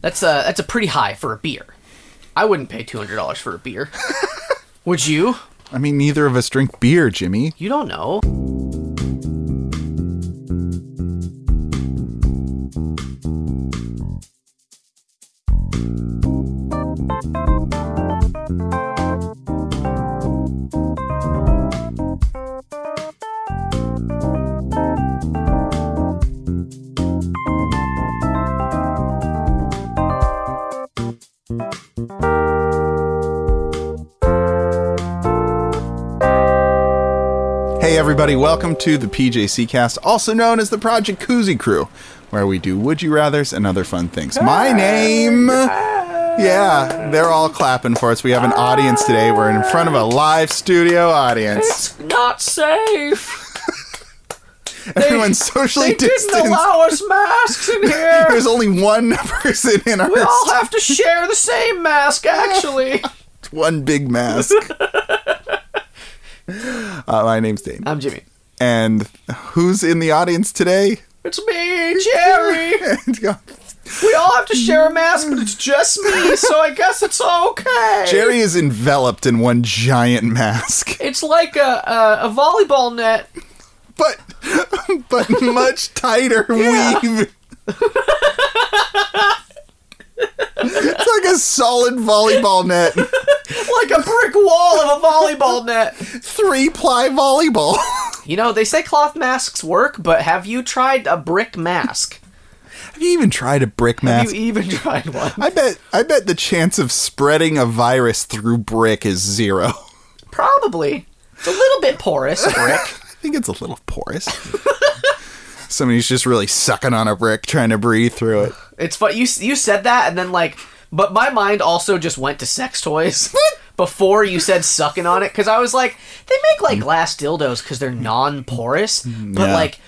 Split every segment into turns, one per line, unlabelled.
That's a that's a pretty high for a beer. I wouldn't pay two hundred dollars for a beer. Would you?
I mean, neither of us drink beer, Jimmy.
You don't know.
Hey, everybody, welcome to the PJC Cast, also known as the Project Koozie Crew, where we do Would You Rathers and other fun things. My name. Yeah, they're all clapping for us. We have an audience today. We're in front of a live studio audience.
It's not safe.
Everyone's socially
They didn't
distanced.
allow us masks in here.
There's only one person in our
We all have to share the same mask, actually.
one big mask. Uh, my name's Dane.
I'm Jimmy.
And who's in the audience today? uh,
It's me, Jerry.
Jerry
We all have to share a mask, but it's just me, so I guess it's okay.
is enveloped in one giant mask,
It's like a, a, a volleyball net.
but but much tighter weave. it's like a solid volleyball net,
Like a brick wall of a volleyball net.
three ply volleyball.
You know, they say cloth masks work, but have you tried a brick mask?
Have you even tried a brick
Have
mask?
you even tried one?
I bet I bet the chance of spreading a virus through brick is zero.
Probably. It's a little bit porous, a brick.
I think it's a little porous. Somebody's just really sucking on a brick, trying to breathe through it.
It's fun. You you said that, and then like, but my mind also just went to sex toys before you said sucking on it, because I was like, they make like glass dildos because they're non-porous, but
Mm. yeah.
like,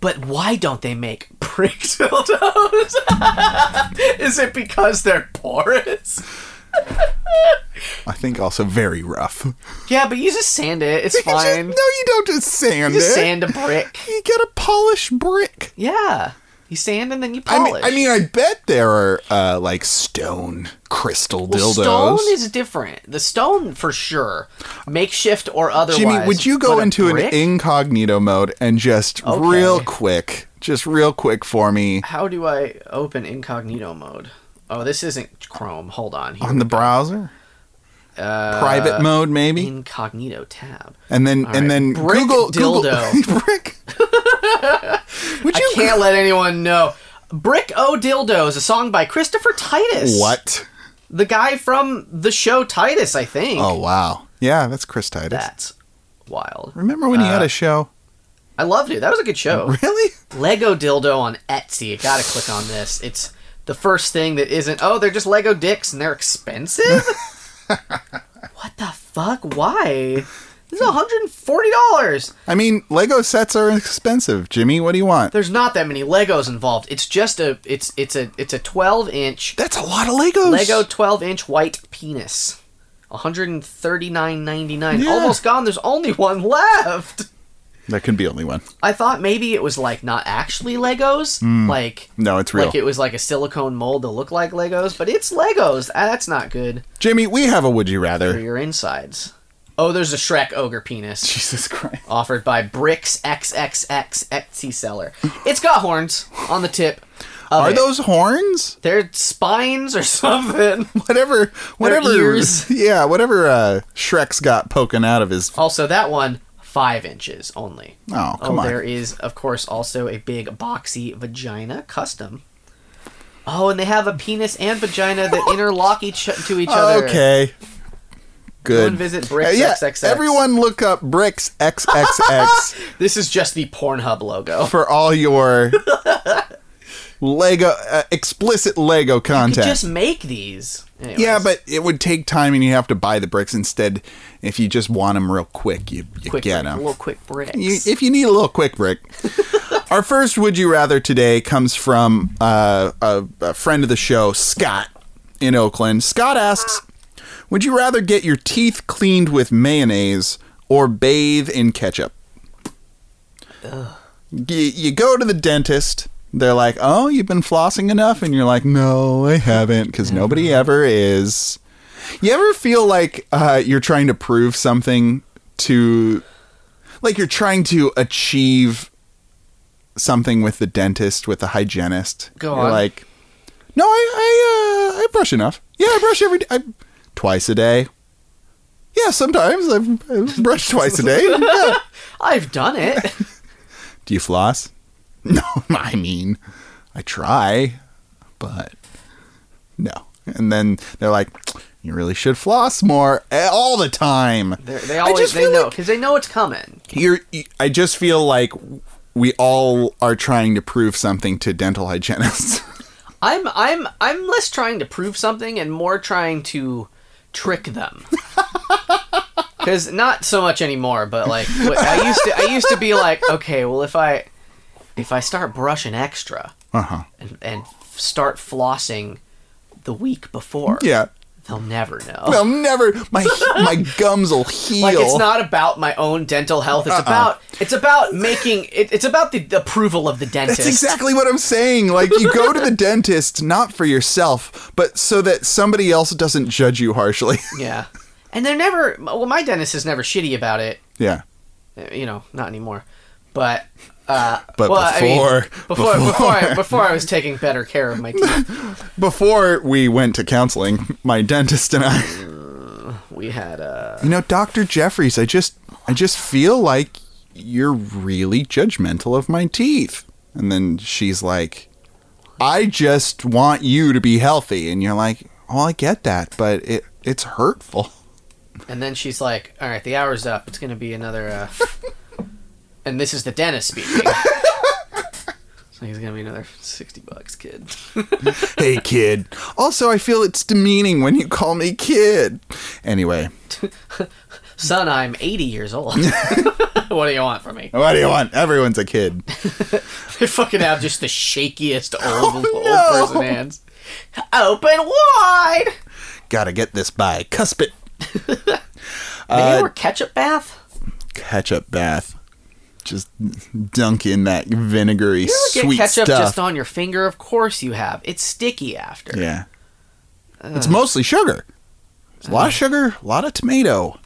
but why don't they make prick dildos? Is it because they're porous?
I think also very rough.
Yeah, but you just sand it. It's
You just-
fine.
no, you don't just sand
You just
it.
sand a brick.
You gotta polish brick.
Yeah, you sand and then you
I
polish.
mean, I mean, I bet there are uh, like stone crystal dildos.
Stone is different. The stone for sure, makeshift or otherwise.
Jimmy, would you go
But a
into an
brick?
incognito mode and just
Okay.
real quick, just real quick for me
How do I open incognito mode? Oh, this isn't Chrome. Hold on. Here.
on the browser?
Uh,
Private mode, maybe,
incognito tab.
and then and
right.
then
Brick
Google Google,
dildo.
brick. Would
I
you
can't let anyone know. Brick O Dildo is a song by Christopher Titus.
what?
The guy from the show Titus, I think.
Oh wow, yeah, that's Chris Titus.
That's wild.
Remember when he
Uh,
had a show?
I loved it. That was a good show.
Really?
Lego Dildo on Etsy. You gotta click on this. It's the first thing that isn't, oh, they're just Lego dicks and they're expensive? what the fuck? Why? This is $140.
I mean, Lego sets are expensive. Jimmy, what do you want?
there's not that many Legos involved. It's just a it's it's a it's a 12 inch
That's a lot of Legos.
Lego 12 inch white penis. 139.99.
Yeah.
Almost gone. There's only one left.
That could be only one.
I thought maybe it was like not actually Legos, like
No, it's real.
like it was like a silicone mold to look like Legos, but it's Legos. Ah, That's not good
Jimmy, we have a would you
for
rather.
your insides. Oh, there's a Shrek ogre penis
Jesus Christ.
offered by Bricks XXX Etsy seller. It's got horns on the tip. of
Are
it.
those horns?
They're spines or something.
Whatever, whatever.
ears.
Yeah, whatever uh, Shrek's got poking out of his.
Also, that one, five inches only.
Oh, come on.
there is, of course, also a big boxy vagina custom. Oh, and they have a penis and vagina that interlock each to each other.
Okay.
Go
Good.
and visit
Uh,
Bricks
yeah,
XXX.
everyone look up Bricks XXX
This is just the Pornhub logo.
for all your Lego uh, explicit Lego
You could
content.
just make these. Anyways.
Yeah, but it would take time, and you have to buy the bricks instead. If you just want them real quick, you, you
quick,
get
brick-
them.
little quick bricks.
You, if you need a little quick brick. Our first would you rather today comes from uh, a, a friend of the show, Scott in Oakland. Scott asks, "Would you rather get your teeth cleaned with mayonnaise or bathe in ketchup?" You, you go to the dentist. they're like, "Oh, you've been flossing enough," and you're like, "No, I haven't," because nobody ever is. You ever feel like uh, you're trying to prove something to, like you're trying to achieve something with the dentist, with the hygienist?
Go
You're
on.
like, no, I I, uh, I brush enough. Yeah, I brush every day, I, twice a day. Yeah, sometimes I, I brush twice a day. Yeah.
I've done it.
Do you floss? No, I mean, I try, but no. And then they're like, you really should floss more eh, all the time.
They're, they
I
always
just
they
feel
know because they know it's coming.
You're, you- I just feel like we all are trying to prove something to dental hygienists.
I'm I'm I'm less trying to prove something and more trying to trick them. Cuz not so much anymore, but like what- I used to I used to be like, okay, well if I if I start brushing extra
uh huh.
and, and start flossing the week before,
Yeah.
they'll never know.
They'll never. My my gums will heal.
Like it's not about my own dental health.
Uh-uh.
It's about it's about making it, it's about the, approval of the dentist.
That's exactly what I'm saying. Like you go to the dentist not for yourself, but so that somebody else doesn't judge you harshly.
Yeah, and they're never. Well, my dentist is never shitty about it.
yeah.
Uh, You know, not anymore. But uh,
But
well, I mean,
before-
before before I,
before-
before I was taking better care of my teeth,
Before we went to counseling, my dentist and I,
we had uh,
you know, Dr. Jeffries, I just I just feel like you're really judgmental of my teeth. And then she's like, "I just want you to be healthy." And you're like, "Well, I get that, but it it's hurtful."
and then she's like, "All right, the hour's up. It's gonna be another." Uh, and this is the dentist speaking. So he's gonna be another sixty bucks, kid.
hey kid. Also, I feel it's demeaning when you call me kid. Anyway,
Son, I'm eighty years old. what do you want from me?
what do you want? Everyone's a kid.
They fucking have just the shakiest old
Oh, no.
old person hands. Open wide.
Gotta get this by cuspid Uh,
Maybe we're ketchup bath.
ketchup bath. Just dunk in that vinegary
You ever
sweet
get ketchup
stuff.
just on your finger? Of course you have. It's sticky after.
yeah, it's mostly sugar. It's a lot of sugar, a lot of tomato.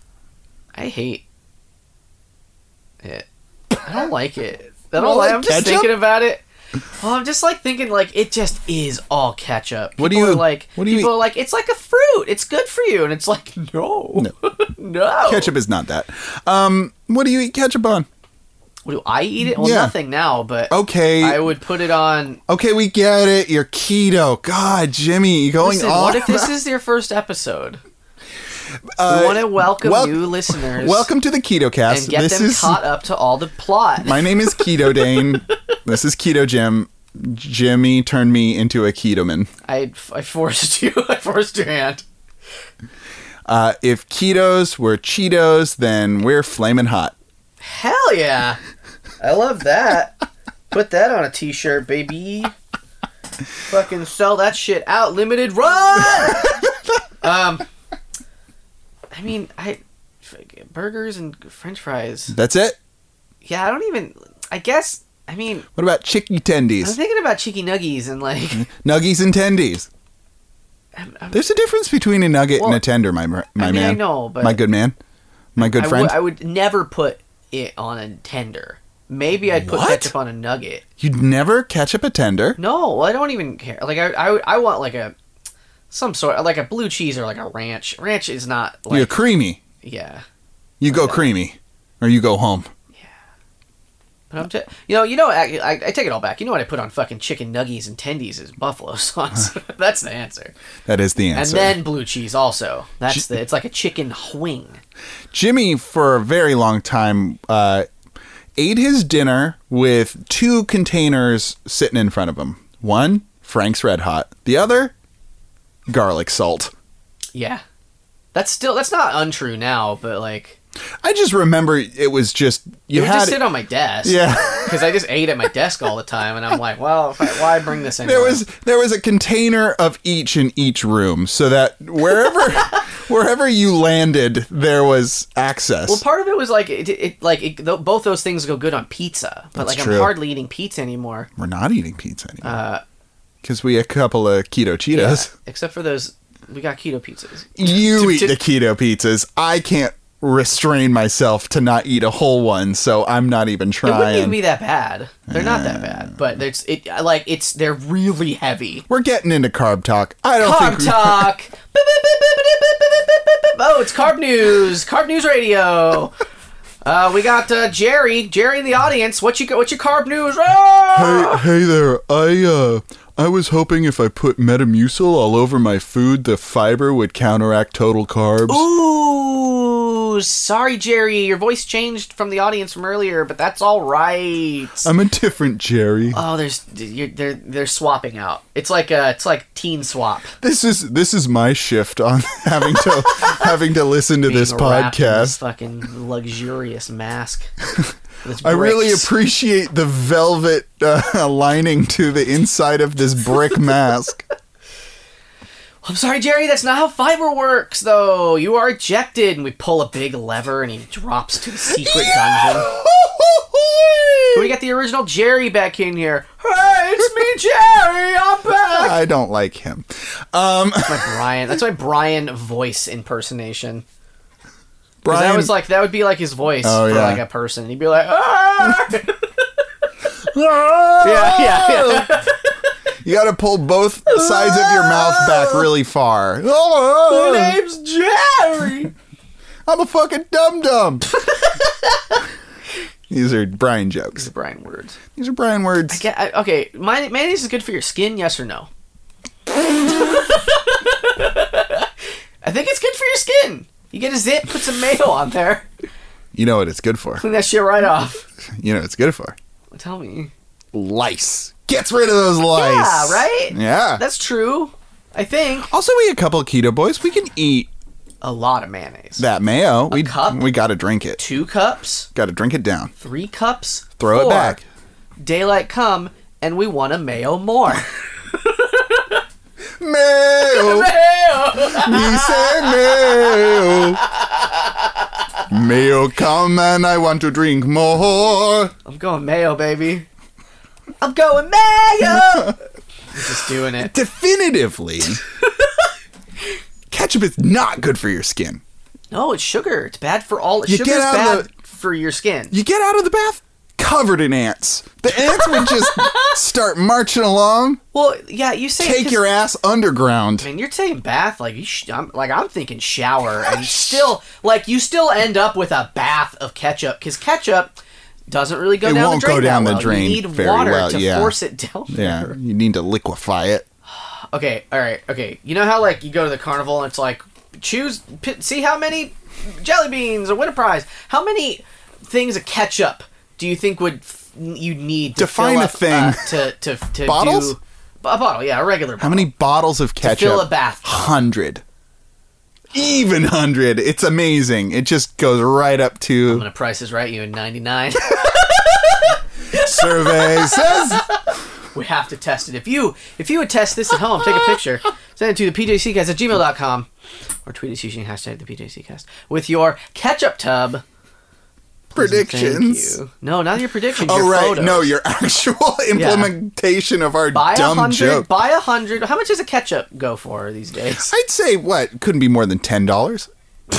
I hate it. I don't like it. I
don't
don't like.
like
I'm just
ketchup?
thinking about it. Well, I'm just like thinking like it just is all ketchup.
What do
People
you-
are like?
what do you
people
eat?
are like? It's like a fruit. It's good for you. And it's like no,
No.
no.
Ketchup is not that. Um, what do you eat ketchup on?
What do I eat it? Well,
Yeah.
nothing now. But
Okay,
I would put it on
okay, we get it. You're keto. God, Jimmy, you going
Listen,
on.
what if this is your first episode?
Uh,
we want to welcome
wel-
new listeners
Welcome to the Keto Cast.
and get
this
them
is
caught up to all the plot.
my name is Keto Dane. this is Keto Jim. Jimmy turned me into a keto man.
I, I forced you. I forced your hand.
Uh, if ketos were Cheetos, then we're flaming hot.
Hell yeah! I love that. Put that on a t-shirt, baby. Fucking sell that shit out. Limited run. um, I mean, I burgers and French fries.
That's it.
Yeah, I don't even. I guess. I mean,
What about chicky
I'm
tendies?
thinking about cheeky nuggies and like.
Mm-hmm. Nuggies and tendies.
I'm- I'm-
There's a difference between a nugget
Well,
and a tender, my my
I mean,
man.
I know, but
my good man. My good
I
friend.
would- I would never put it on a tender. Maybe I'd put
What?
ketchup on a nugget.
You'd never catch up a tender.
No, I don't even care. Like I, I, would- I want like a some sort like a blue cheese or like a ranch. Ranch is not like
You're creamy.
yeah.
You go creamy, or you go home.
But I'm t- you know, you know, I, I, I take it all back. You know what I put on fucking chicken nuggies and tendies is buffalo sauce. That's the answer.
That is the
And
answer.
then blue cheese also. That's the. It's like a chicken wing.
Jimmy, for a very long time, uh, ate his dinner with two containers sitting in front of him. One, Frank's Red Hot. The other, garlic salt.
Yeah, that's still that's not untrue now, but like
I just remember it was just
It
you
would
had
just sit on my desk.
yeah.
Because I just ate at my desk all the time, and I'm like, well, if I, why bring this in?
There was there was a container of each in each room, so that wherever wherever you landed, there was access.
Well, part of it was like it, it like it, th- both those things go good on pizza, but
That's
like
true.
I'm hardly eating pizza anymore, uh,
We're not eating pizza anymore because we had a couple of keto Cheetos.
except for those. We got keto pizzas.
You
To-
eat
to-
the keto pizzas. I can't restrain myself to not eat a whole one, so I'm not even
It wouldn't even
trying.
be that bad. They're not that
Mm.
bad, but it's it like it's they're really heavy.
We're getting into carb talk. I don't think
Carb
we-
talk. Boop, boop, boop, boop, boop, boop, boop, boop, boop, boop, boop, boop. Oh, it's carb news. Carb news radio. Uh, we got uh, Jerry. Jerry in the audience. What you got- What's your carb news? Ah!
Hey, hey there. I uh I was hoping if I put Metamucil all over my food, the fiber would counteract total carbs.
Ooh, sorry, Jerry. Your voice changed from the audience from earlier, but that's all right.
I'm a different Jerry.
oh, there's you're, they're they're swapping out. It's like uh it's like teen swap.
This is this is my shift on having to having to listen to this
Being wrapped in this
podcast.
fucking luxurious mask. with
I really
bricks.
appreciate the velvet uh, lining to the inside of this brick mask.
I'm sorry, Jerry. That's not how fiber works, though. You are ejected, and we pull a big lever, and he drops to the secret dungeon. Can we get the original Jerry back in here? Hey, it's me, Jerry. I'm back.
I don't like him. Um,
my Brian. That's my Brian voice impersonation. 'Cause
Brian,
that was like that would be like his voice
Oh,
for
yeah.
like a person. He'd be like, "Ah!" yeah,
yeah,
yeah, yeah.
You got to pull both sides of your mouth back really far. Oh,
My name's Jerry.
I'm a fucking dum dum. These are Brian jokes.
These are Brian words.
These are Brian words.
Yeah, I- okay. My mayonnaise is good for your skin. Yes or no? I think it's good for your skin. You get a zit, put some mayo on there,
You know what it's good for.
clean that shit right off.
You know what it's good for.
Tell me.
Lice. Gets rid of those lice.
Yeah, right.
Yeah.
That's true. I think
also, we a couple of keto boys. We can eat
a lot of mayonnaise.
that mayo. we
cup?
we got to drink it.
Two cups,
Got to drink it down.
three cups.
Throw
four.
it back.
Daylight come, and we want a mayo more.
Mayo.
mayo.
We say mayo. Mayo, come and I want to drink more.
I'm going mayo, baby. I'm going mayo. I'm just doing it.
definitively ketchup is not good for your skin.
No, it's sugar. It's bad for all.
You
Sugar's
get out
bad
of
for your skin.
You get out of the bath covered in ants. The ants would just start marching along,
well, yeah, you say
take
'cause-
your ass underground.
Man, you're taking bath like you. Sh- I'm like I'm thinking shower, and you still like you still end up with a bath of ketchup because ketchup doesn't really go
It
down
won't
the drain.
go
that
down the
well.
drain
You need
very
water
well,
to
yeah.
force it down.
Yeah, you need to liquefy it.
Okay. All right. Okay. You know how like you go to the carnival and it's like choose p- see how many jelly beans or win a prize. How many things of ketchup do you think would f- you need to
Define
fill
a
up,
thing.
uh, to to to
Bottles?
Do, a bottle, yeah, a regular.
How
bottle.
many bottles of ketchup?
fill a bath.
Hundred. Even hundred. It's amazing. It just goes right up
I'm
to
gonna price is right you in '99.
survey says
we have to test it. If you if you would test this at home, take a picture, send it to the PJCcast at gmail.com or tweet us using hashtag the PJCcast with your ketchup tub Please and thank
predictions.
you. No, not your predictions.
Oh
your
right,
photos.
no, your actual implementation of our
Buy a
dumb
hundred.
joke.
Buy a hundred. How much does a ketchup go for these days?
I'd say what couldn't be more than ten dollars.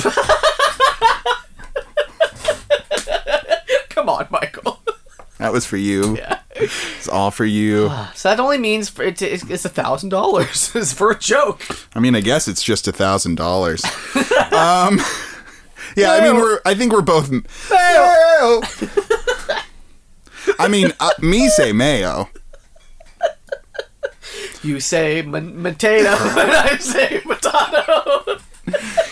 Come on, Michael.
That was for you. It's all for you.
so that only means for, it's it's a thousand dollars It's for a joke.
I mean, I guess it's just a thousand dollars. Um, yeah, I mean, we're I think we're both. Mayo. I mean, uh, me say mayo.
You say man- potato, and I say potato.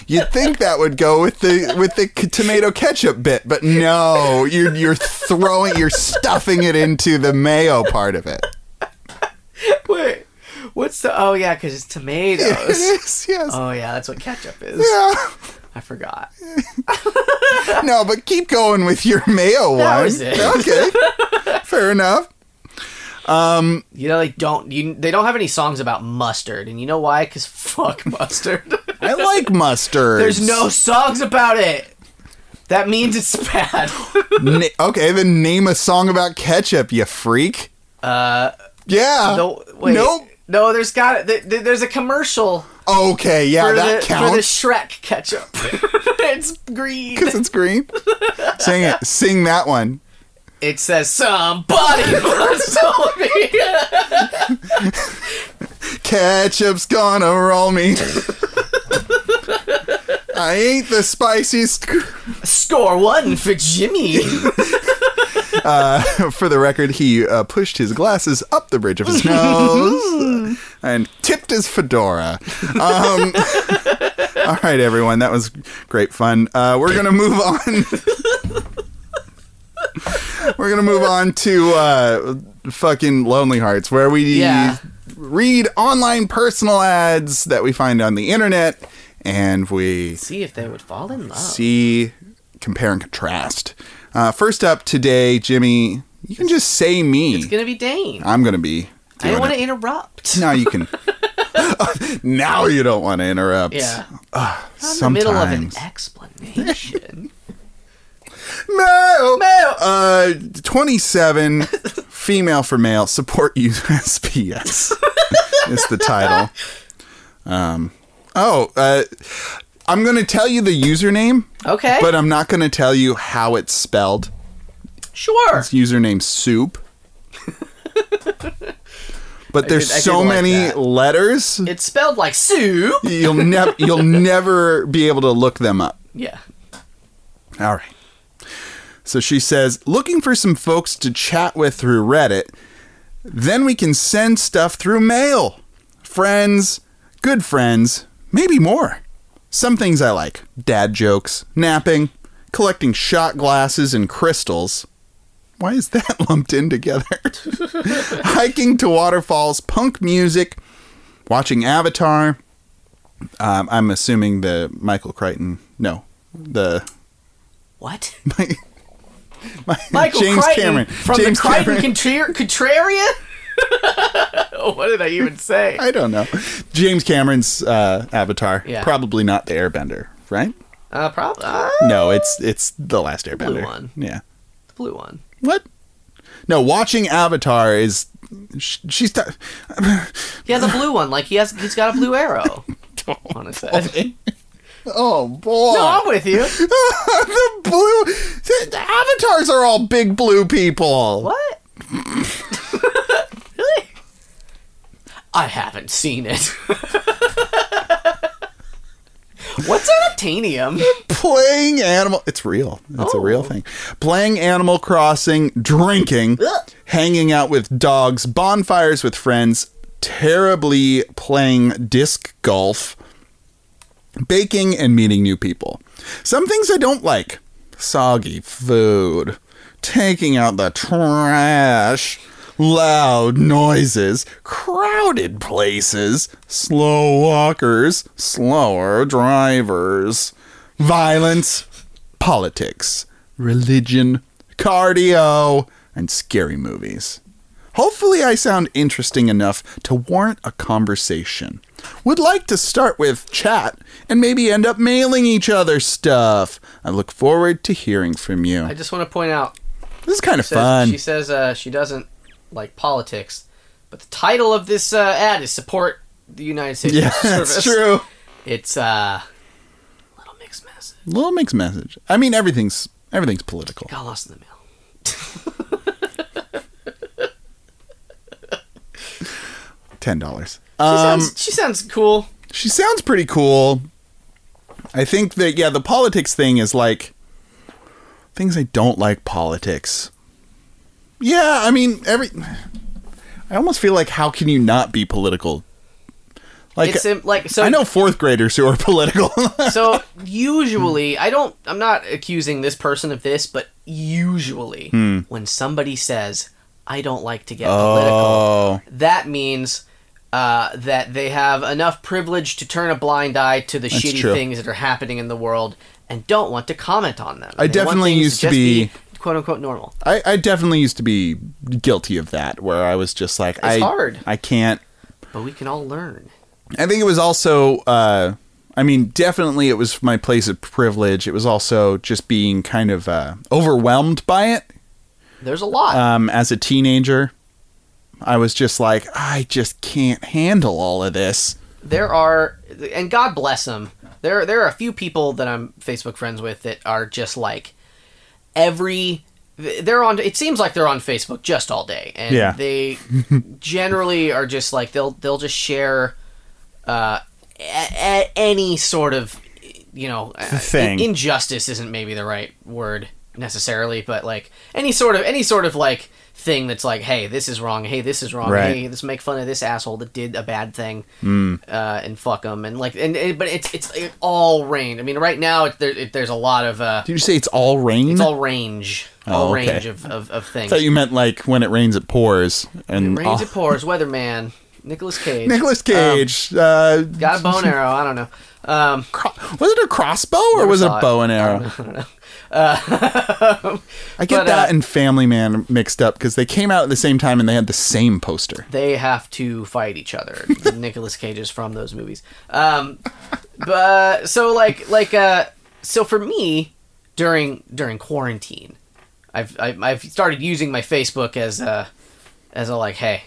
You'd think that would go with the with the k- tomato ketchup bit, but no, you're you're throwing, you're stuffing it into the mayo part of it.
Wait, what's the? Oh yeah, because it's tomatoes.
It is, yes.
Oh yeah, that's what ketchup is.
Uh, Yeah.
I forgot.
No, but keep going with your mayo one.
That was it.
Okay. Fair enough.
You know they don't. You they don't have any songs about mustard, and you know why? Because fuck mustard.
I like mustard.
There's no songs about it. That means it's bad.
Na- okay, then name a song about ketchup, you freak. Uh. Yeah.
no, wait.
Nope.
No, there's got th- th- there's a commercial
Okay, yeah,
for
that
the for the
counts.
Shrek ketchup. it's green.
Because it's green. Sing it. Sing that one.
It says somebody once told me.
Ketchup's gonna roll me. I ain't the spiciest.
Score one for Jimmy.
For the record, he uh, pushed his glasses up the bridge of his nose and tipped his fedora. Um, all right, everyone, that was great fun. Uh, we're gonna move on. we're gonna move on to uh, fucking Lonely Hearts, where we
Yeah.
read online personal ads that we find on the internet, and we
See if they would fall in love.
see, compare, and contrast. Uh, first up today, Jimmy, you can just say me.
It's gonna be Dane.
I'm going to be.
I
doing
don't want
it.
to interrupt.
Now you can. now you don't want to interrupt.
Yeah. I'm in the
Sometimes.
middle of an explanation.
Male.
Male.
Uh, 27, female for male, support USPS is the title. Um, oh, uh, I'm going to tell you the username,
Okay.
but I'm not going to tell you how it's spelled.
sure.
It's username soup. but there's
did- I did
so
like
many
that.
letters
It's spelled like soup.
you'll never you'll never be able to look them up.
Yeah.
All right. So she says, looking for some folks to chat with through Reddit. Then we can send stuff through mail. Friends, good friends, maybe more. Some things I like dad jokes, napping, collecting shot glasses and crystals. Why is that lumped in together? Hiking to waterfalls, punk music, watching Avatar. Um, I'm assuming the Michael Crichton. No, the
What?
my, my,
Michael
James
Crichton
Cameron.
from
James
the Crichton Contrar-
Cameron.
Contrarian. what did I even say?
I don't know. James Cameron's uh, Avatar.
Yeah.
Probably not the Airbender, right?
Uh, probably
No, it's it's the last Airbender.
one.
Yeah.
the blue one.
What? No, watching Avatar is. sh- She's. ta-
He has a blue one. Like he has. He's got a blue arrow on his head.
oh boy!
No, I'm with you.
the blue the avatars are all big blue people.
What? really? I haven't seen it. What's unobtainium?
Playing animal. It's real. It's a real
Oh.
thing. Playing Animal Crossing, drinking,
Ugh.
hanging out with dogs, bonfires with friends, terribly playing disc golf, baking, and meeting new people. Some things I don't like soggy food, taking out the trash, loud noises, crowded places, slow walkers, slower drivers, violence, politics, religion, cardio, and scary movies. Hopefully, I sound interesting enough to warrant a conversation. Would like to start with chat and maybe end up mailing each other stuff. I look forward to hearing from you.
I just want to point out.
This is kind of
says-
fun.
She says uh, she doesn't like politics, but the title of this uh, ad is support the United States
Yeah,
Postal
that's
Service.
true.
It's uh, little mixed message.
Little mixed message. I mean, everything's everything's political.
Got lost in the mail.
Ten dollars.
She
Um,
sounds. She sounds cool.
she sounds pretty cool. I think that yeah, the politics thing is like things I don't like politics. Yeah, I mean every. I almost feel like how can you not be political? Like
It's im- like so.
I know fourth graders who are political.
so usually i don't i'm not accusing this person of this but usually
Hmm. Oh,
when somebody says i don't like to get political that means uh, that they have enough privilege to turn a blind eye to the shitty
true.
things that are happening in the world and don't want to comment on them.
I
They want
definitely
things
used to
just
be-
quote unquote normal.
I, I definitely used to be guilty of that, where I was just like, I
hard.
I can't.
But we can all learn.
I think it was also, uh, I mean, definitely it was my place of privilege. It was also just being kind of uh, overwhelmed by it
There's a lot.
um, as a teenager. I was just like, I just can't handle all of this.
there are and god bless them there there are a few people that i'm facebook friends with that are just like every they're on it seems like they're on facebook just all day and
Yeah.
they generally are just like they'll they'll just share uh a- a- any sort of you know uh,
Thing.
in- injustice isn't maybe the right word necessarily but like any sort of any sort of like thing that's like hey this is wrong hey this is wrong
Right. Hmm.
hey let's make fun of this asshole that did a bad thing uh, and fuck them and like and, and- but it's it's it all rain i mean right now it, there, it, there's a lot of uh
Did you say it's all rain?
it's all range all
Oh, okay.
range of, of, of things
I thought you Oh. meant like when it rains, it pours. And
rains it Um, pours weatherman Nicolas Cage
Nicholas Cage. uh,
got a bow and arrow I don't know um
cro- was it a crossbow or
Never
was it
saw
a
it.
bow and arrow? I get
But, uh,
that and Family Man mixed up because they came out at the same time and they had the same poster.
they have to fight each other. Nicholas Cage is from those movies. Um, but so like like uh, so for me during during quarantine, I've I've, I've started using my Facebook as a as a like hey,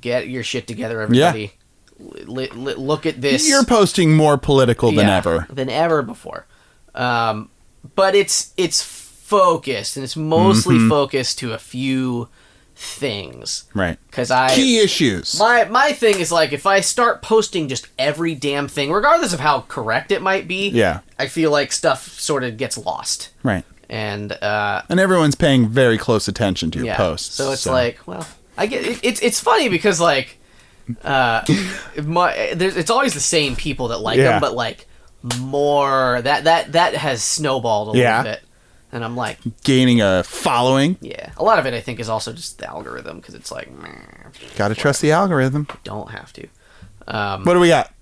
get your shit together, everybody. L- l- l- look at this
You're posting more political than
yeah,
ever.
than ever before um, but it's it's focused and it's mostly
Mm-hmm.
focused to a few things
Right.
because i
Key issues.
my my thing is like if I start posting just every damn thing, regardless of how correct it might be,
Yeah.
I feel like stuff sort of gets lost.
right.
And uh,
And everyone's paying very close attention to your
yeah,
posts.
so it's like, well, I get it, it's it's funny because like, uh, my there's it's always the same people that like them,
Yeah.
but like more that that that has snowballed a
Yeah.
little bit. And I'm like,
gaining a following.
yeah. A lot of it, I think, is also just the algorithm because it's like, meh,
Got to trust the algorithm.
don't have to. Um,
What do we got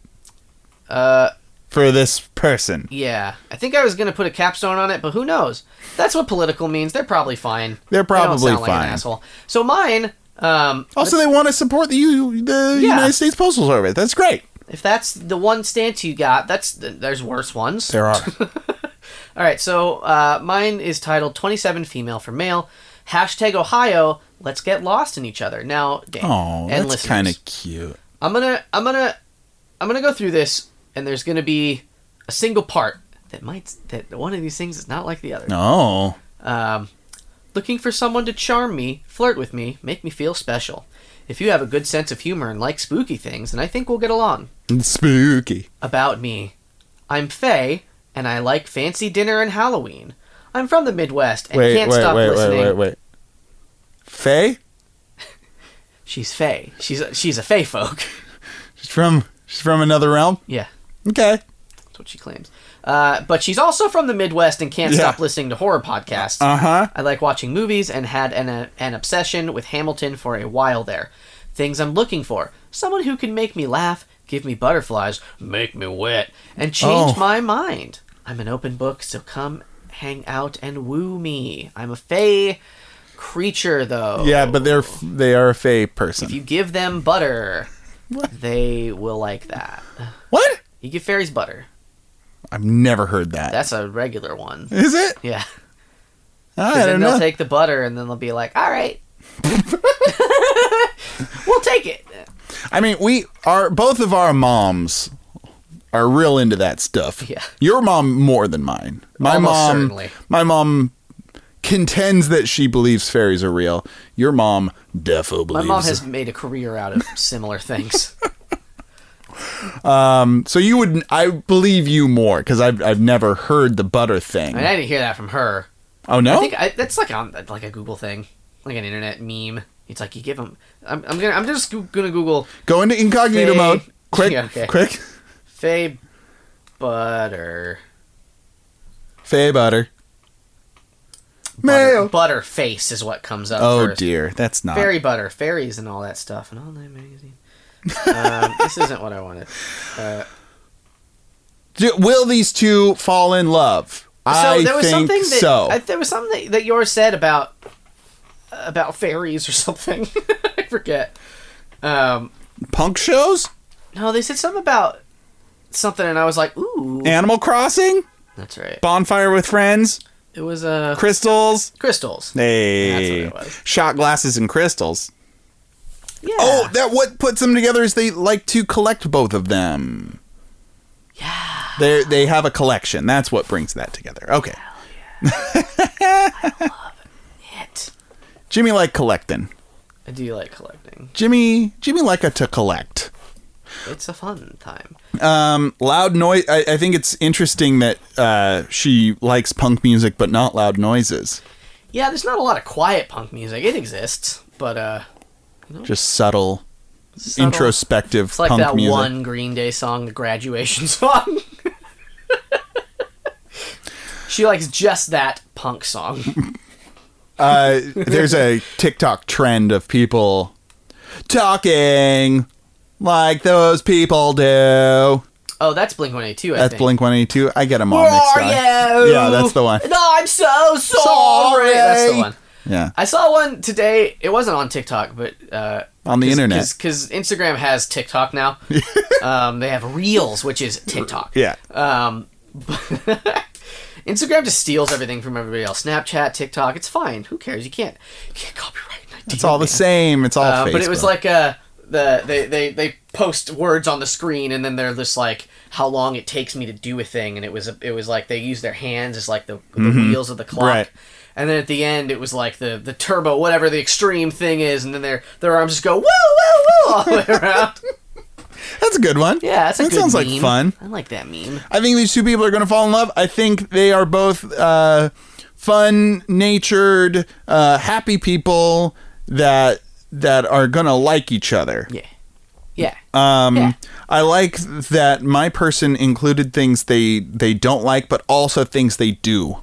uh,
for this person?
Yeah, I think I was gonna put a capstone on it, but who knows? That's what political means. They're probably fine.
They're
They don't
probably
sound like an
fine.
asshole. So mine, um,
Also, they want to support the U- the
Yeah.
United States Postal Service. That's great.
if that's the one stance you got, that's there's worse ones.
There are.
All right, so uh, mine is titled "27 Female for Male." Hashtag Ohio. Let's get lost in each other now. Dan,
Oh,
and
that's
listeners,
kind of cute.
I'm gonna, I'm gonna, I'm gonna go through this, and there's gonna be a single part that might that one of these things is not like the other.
No.
Um, looking for someone to charm me, flirt with me, make me feel special. If you have a good sense of humor and like spooky things, then I think we'll get along.
Spooky.
About me. I'm Faye, and I like fancy dinner and Halloween. I'm from the Midwest and
Wait,
can't
wait,
stop
wait,
listening.
wait, wait, wait. Faye?
She's Faye. She's a, she's a Faye folk.
She's from she's from another realm.
yeah,
Okay.
that's what she claims. Uh, but she's also from the Midwest and can't
Yeah.
stop listening to horror podcasts.
Uh huh.
I like watching movies and had an, uh, an obsession with Hamilton for a while there. Things I'm looking for someone who can make me laugh, give me butterflies, make me wet, and change
Oh.
my mind. I'm an open book, so come hang out and woo me. I'm a fey creature, though.
Yeah, but they're they are a fae person.
Oh. If you give them butter, they will like that.
what?
You give fairies butter.
I've never heard that.
That's a regular one.
Is it?
Yeah.
I
Because then
don't
they'll
know.
take the butter and then they'll be like, all right. we'll take it.
I mean, we are both of our moms are real into that stuff.
Yeah.
Your mom more than mine. My
Almost
mom
certainly.
my mom contends that she believes fairies are real. Your mom defo
My
believes.
mom has made a career out of similar things.
um, so you would I believe you more cuz I've I've never heard the butter thing.
I mean, I didn't hear that from her.
oh no?
I think I, that's like on like a Google thing, like an internet meme. It's like you give them. I'm, I'm gonna. I'm just goo- gonna Google
Go into incognito
Fae-
mode. Quick.
Yeah, okay.
Quick.
Faye butter
Fae butter.
butter,
Mayo.
butter face is what comes up.
Oh
first.
dear, that's not.
Fairy butter, fairies, and all that stuff, and all that magazine. Um, this isn't what I wanted. Uh,
Do, will these two fall in love? I think
that,
so.
I, there was something that yours said about about fairies or something. I forget. Um,
Punk shows?
no, they said something about something, and I was like, ooh,
Animal Crossing?
that's right.
Bonfire with friends?
It was uh,
Crystals?
crystals.
Hey.
That's what it was.
Shot glasses and crystals.
Yeah.
Oh, that what puts them together is they like to collect both of them.
yeah.
They they have a collection. That's what brings that together. Okay.
It.
Jimmy like collecting.
I do like collecting.
Jimmy Jimmy like a to collect.
It's a fun time.
Um, loud noise. I, I think it's interesting that uh, she likes punk music, but not loud noises.
Yeah, there's not a lot of quiet punk music. It exists, but uh,
Just subtle,
subtle-
introspective
It's like
punk
that
music.
one Green Day song, the graduation song. she likes just that punk song.
Uh, there's a TikTok trend of people talking like those people do.
Oh, that's Blink 182, I
That's
think.
Blink 182. I get them all
Where
mixed
are
up.
you?
Yeah, that's the one.
No, I'm so sorry.
Sorry.
That's the one.
Yeah.
I saw one today. It wasn't on TikTok, but uh,
On the internet.
because Instagram has TikTok now. um, they have Reels, which is TikTok.
Yeah.
Um, Instagram just steals everything from everybody else. Snapchat, TikTok, it's fine. Who cares? You can't. You can't copyright. an idea,
It's all the
man.
same. It's all
Uh,
Facebook.
but it was like uh, the they, they they post words on the screen and then they're just like how long it takes me to do a thing and it was it was like they use their hands as like the, the wheels of the clock.
Right.
And then at the end, it was like the, the turbo, whatever the extreme thing is, and then their their arms just go woo woo woo all the way around.
That's a good one.
Yeah, that's a
that
good
sounds like
meme.
fun.
I like that meme.
I think these two people are going to fall in love. I think they are both uh, fun natured, uh, happy people that that are going to like each other.
Yeah, yeah.
Um,
Yeah.
I like that my person included things they they don't like, but also things they do.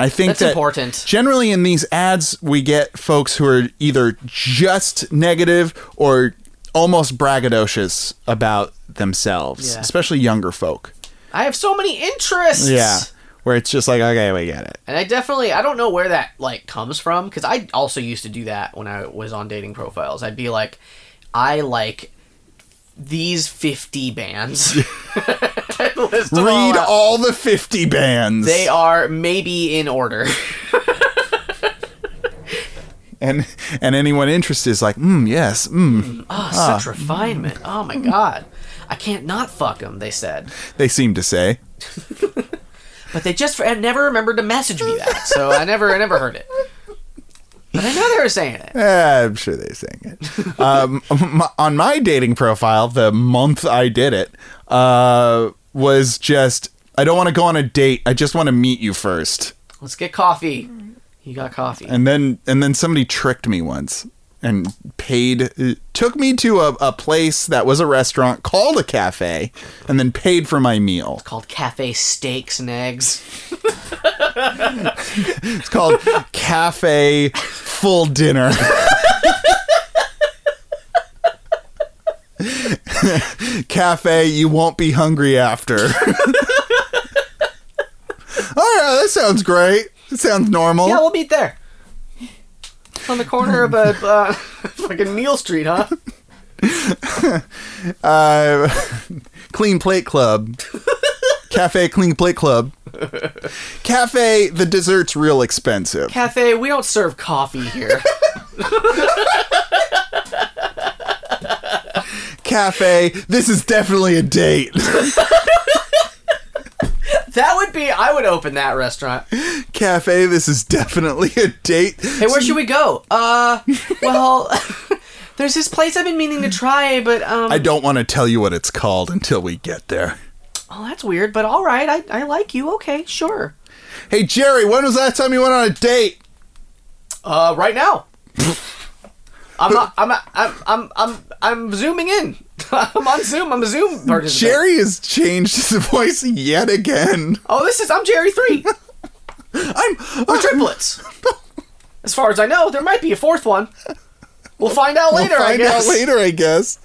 I think
That's
that
important.
Generally, in these ads, we get folks who are either just negative or almost braggadocious about themselves,
Yeah.
especially younger folk.
I have so many interests.
Yeah, where it's just like, okay, we get it.
And I definitely I don't know where that like comes from because I also used to do that when I was on dating profiles. I'd be like, I like these fifty bands. I'd list them all
Read
out.
all the fifty bands.
They are maybe in order.
and and anyone interested is like, mm, yes, mm.
oh, such refinement. Oh my god, I can't not fuck them. They said,
They seem to say.
but they just I never remembered to message me that, so I never I never heard it. But I know they were saying it.
Eh, I'm sure they sang it. um, m- on my dating profile, the month I did it uh, was just, I don't want to go on a date. I just want to meet you first.
Let's get coffee. You got coffee.
And then, and then somebody tricked me once and paid, took me to a, a place that was a restaurant called a cafe and then paid for my meal.
called Cafe Steaks and Eggs.
It's called Cafe Full Dinner. Cafe, you won't be hungry after. All right, that sounds great. It sounds normal.
Yeah, we'll meet there. On the corner of a uh, fucking Neal Street, huh?
Uh, Clean Plate Club. Cafe Clean Plate Club. Cafe, the dessert's real expensive.
Cafe, we don't serve coffee here.
Cafe, this is definitely a date.
that would be, I would open that restaurant. Hey,
Cafe, this is definitely a date.
where should we go? Uh, well, there's this place I've been meaning to try, but, um,
I don't want to tell you what it's called until we get there.
oh, that's weird, but all right, I, I like you. Okay, sure.
Hey Jerry, when was the last time you went on a date?
Uh, right now. I'm not, I'm not, I'm, I'm, I'm, I'm zooming in. I'm on Zoom. I'm a Zoom participant.
Jerry has changed his voice yet again.
Oh, this is, I'm Jerry 3.
I'm
We're triplets. as far as I know, there might be a fourth one. We'll find out
We'll
later, I
find out
guess.
later, I guess.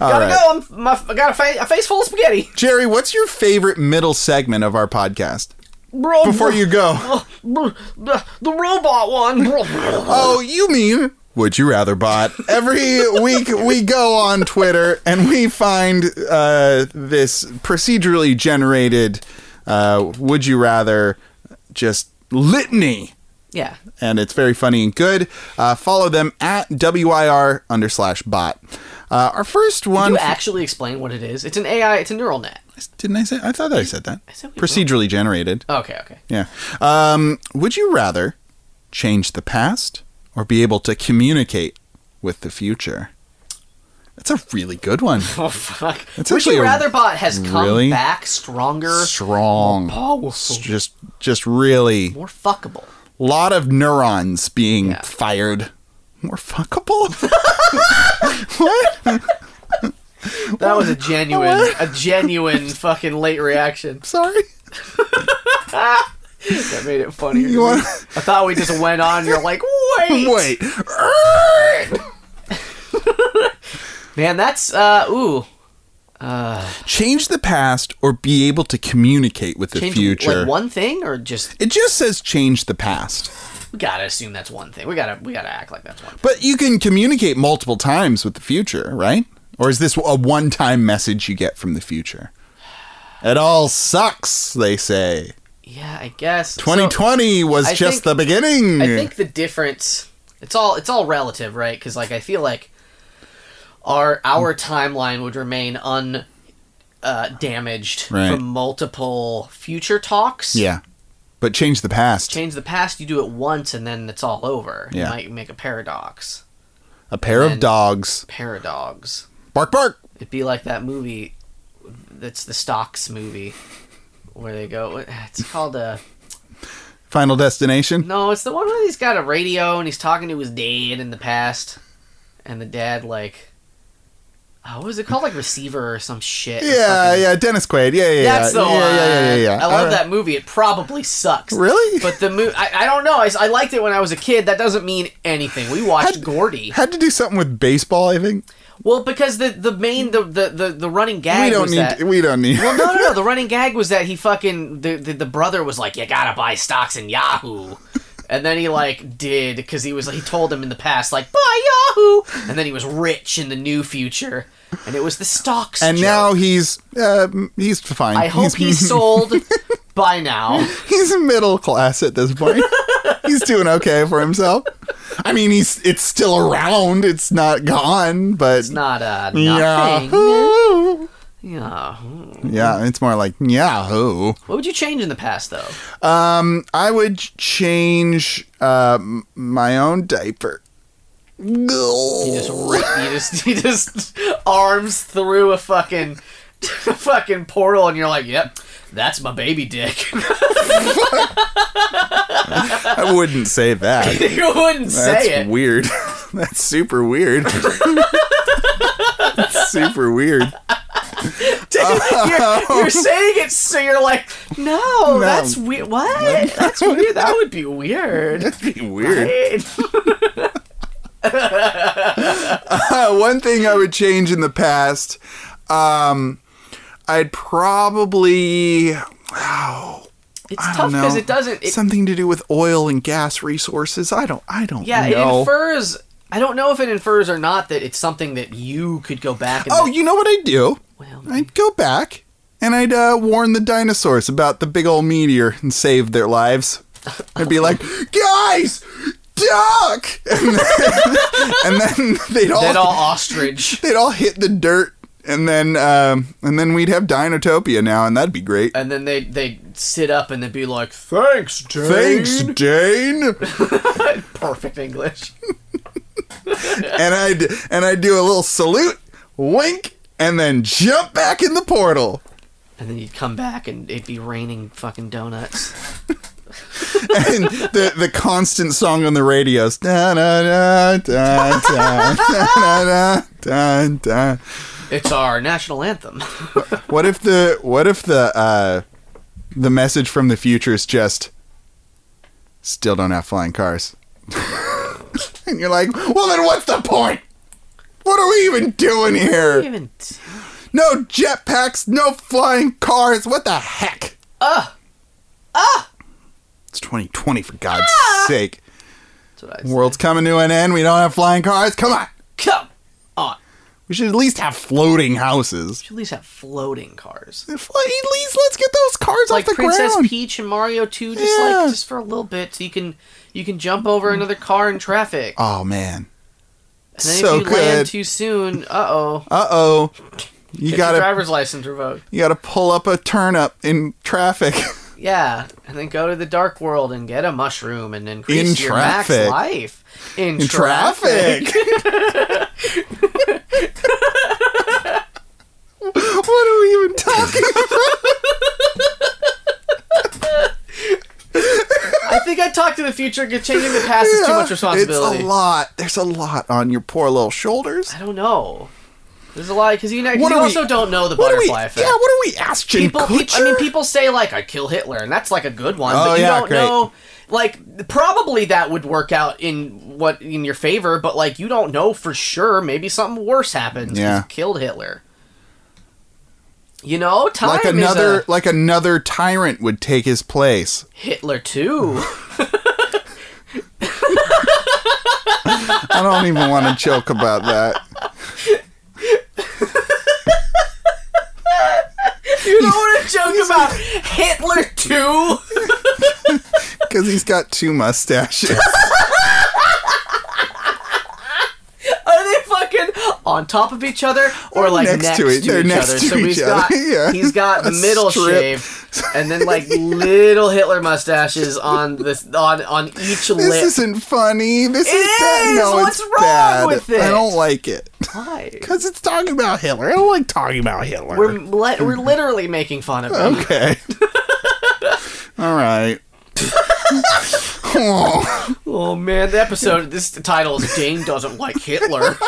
All
gotta
right.
go. I'm, my, I got a, fa- a face full of spaghetti.
Jerry, what's your favorite middle segment of our podcast?
Bro,
Before you go.
bro, bro, bro, the robot one. Bro, bro.
Oh, you mean would you rather bot? Every week we go on Twitter and we find uh, this procedurally generated uh, would you rather just litany.
yeah.
and it's very funny and good. Uh, follow them at WIR under slash bot. Uh, our first
Do
one.
you actually explain what it is? It's an AI. It's a neural net.
Didn't I say? I thought I said that.
said we will.
Procedurally generated.
Okay. Okay.
Yeah. Um, would you rather change the past or be able to communicate with the future? That's a really good one.
Oh fuck.
It's
Would
actually
you
a
rather bot has come
really-
back stronger,
Strong.
powerful,
It's Just, just really
more fuckable.
lot of neurons being
Yeah.
fired. More fuckable. what?
That was a genuine, a genuine fucking late reaction.
Sorry.
That made it funnier. to
You want?
me. I thought we just went on. You're like, wait,
Wait.
man. That's uh, ooh, uh,
Change the past or be able to communicate with the
change
future.
like one thing or just
it just says change the past.
we gotta assume that's one thing. We gotta we gotta act like that's one. Thing.
But you can communicate multiple times with the future, right? Or is this a one time message you get from the future? It all sucks, they say.
Yeah, I guess. So,
2020 was
I think-
just the beginning.
I think the difference. It's all it's all relative, right? Because like I feel like our our timeline would remain un. Uh, damaged
Right.
from multiple future talks.
yeah. But change the past.
change the past, you do it once and then it's all over.
Yeah.
You might make a paradox.
a pair of
and-
dogs.
Paradox.
Bark, bark.
It'd be like that movie that's the stocks movie where they go it's called uh, a
Final destination.
no it's the one where he's got a radio and he's talking to his dad in the past and the dad like oh, what was it called like receiver or some shit or
Yeah,
something.
yeah. Dennis Quaid. Yeah, yeah, yeah.
that's the
yeah,
one
Yeah, yeah, yeah, yeah.
i
All
love
right.
that movie it probably sucks
Really?
but the movie I, I don't know I, s- I liked it when i was a kid that doesn't mean anything we watched
Had-
gordy
Had to do something with baseball, I think.
Well, because the the main the the the, the running gag
we don't
was
need.
that.
We don't need.
well, no, no, no. The running gag was that he fucking the, the the brother was like, "You gotta buy stocks in Yahoo," and then he like did because he was he told him in the past like, "Buy Yahoo," and then he was rich in the new future, and it was the stocks.
and
joke.
now he's uh, he's fine.
I hope he's, sold by now.
he's middle class at this point. he's doing okay for himself. I mean, he's it's still around. It's not gone, but
It's not a nothing.
Yahoo.
Yahoo.
Yeah, it's more like Yahoo.
What would you change in the past though?
Um, I would change uh, m- my own diaper.
He just rip, he just he just arms through a fucking a fucking portal, and you're like, "Yep, that's my baby dick."
I wouldn't say that.
you wouldn't
That's
say it.
weird. That's super weird. That's super weird.
you're, you're saying it, so you're like, "No, that's weird. What? That's weird. That would be weird."
That'd be weird.
Right?
Uh, one thing I would change in the past, um, I'd probably oh,
It's
I
tough
don't know,
because it doesn't. It,
something to do with oil and gas resources. I don't. I don't.
yeah,
know.
it infers. I don't know if it infers or not that it's something that you could go back. And
Oh, you know what I'd do?
well,
I'd go back and I'd uh, warn the dinosaurs about the big old meteor and save their lives. I'd be like, guys, duck! And then, and then they'd all,
that all ostrich.
they'd all hit the dirt, and then um, and then we'd have Dinotopia now, and that'd be great.
and then they they sit up and they'd be like, "Thanks, Dane."
Thanks, Dane.
Perfect English.
and I'd and I'd do a little salute, wink, and then jump back in the portal.
And then you'd come back and it'd be raining fucking donuts.
and the the constant song on the radio is da da da da da da da da da.
It's our national anthem.
What if the what if the uh, the message from the future is just still don't have flying cars? and you're like, well, then what's the point? What are we even doing
What do
here?
you even?
No jetpacks, no flying cars. What the heck?
Ugh.
It's 2020 for God's
Ah.
sake.
That's what I said.
World's coming to an end. We don't have flying cars. Come on.
Come on.
We should at least have floating houses.
Should at least have floating cars.
At least let's get those cars
Like
off the
Princess
ground.
Peach and Mario 2, just
Yeah.
like just for a little bit, so you can you can jump over another car in traffic.
oh man.
and then
so
if you land
good.
too soon, uh oh,
Uh oh. You
your
gotta
driver's license revoked.
you gotta pull up a turnip in traffic.
Yeah, and then go to the dark world and get a mushroom and increase
In
your
traffic.
max life in,
In traffic. what are we even talking
I think I talked to the future. get- Changing the past is too
Yeah,
much responsibility.
It's a lot. There's a lot on your poor little shoulders.
I don't know. There's a lot because you, know, 'cause
What
you
are we-
also don't know the
What are we?
butterfly effect.
Yeah, what are we, Ashton
people,
Kutcher?
peop- I mean, people say like I kill Hitler, and that's like a good one.
Oh,
but you
yeah,
don't
great.
know. Like probably that would work out in what in your favor, but like you don't know for sure. Maybe something worse happens. 'cause
Yeah.
you killed Hitler. You know, time
like
another
another, like another tyrant would take his place.
Hitler too.
I don't even want to joke about that.
you don't want to joke about Hitler too.
Because he's got two mustaches.
Are they fucking on top of each other or like next, to, each,
they're next
other?
to
so
each
he's
other,
got
yeah.
he's got
A
middle
strip.
shave and then like little Hitler mustaches on this on on each
This
lip.
isn't funny. This
It
is bad.
is!
No,
What's
it's
wrong
bad.
with
I
it?
don't like it.
Why?
Because it's talking about Hitler. I don't like talking about Hitler.
We're li- we're literally making fun of him.
Okay. All right. oh,
Oh man, the episode this the title is Dane doesn't like Hitler.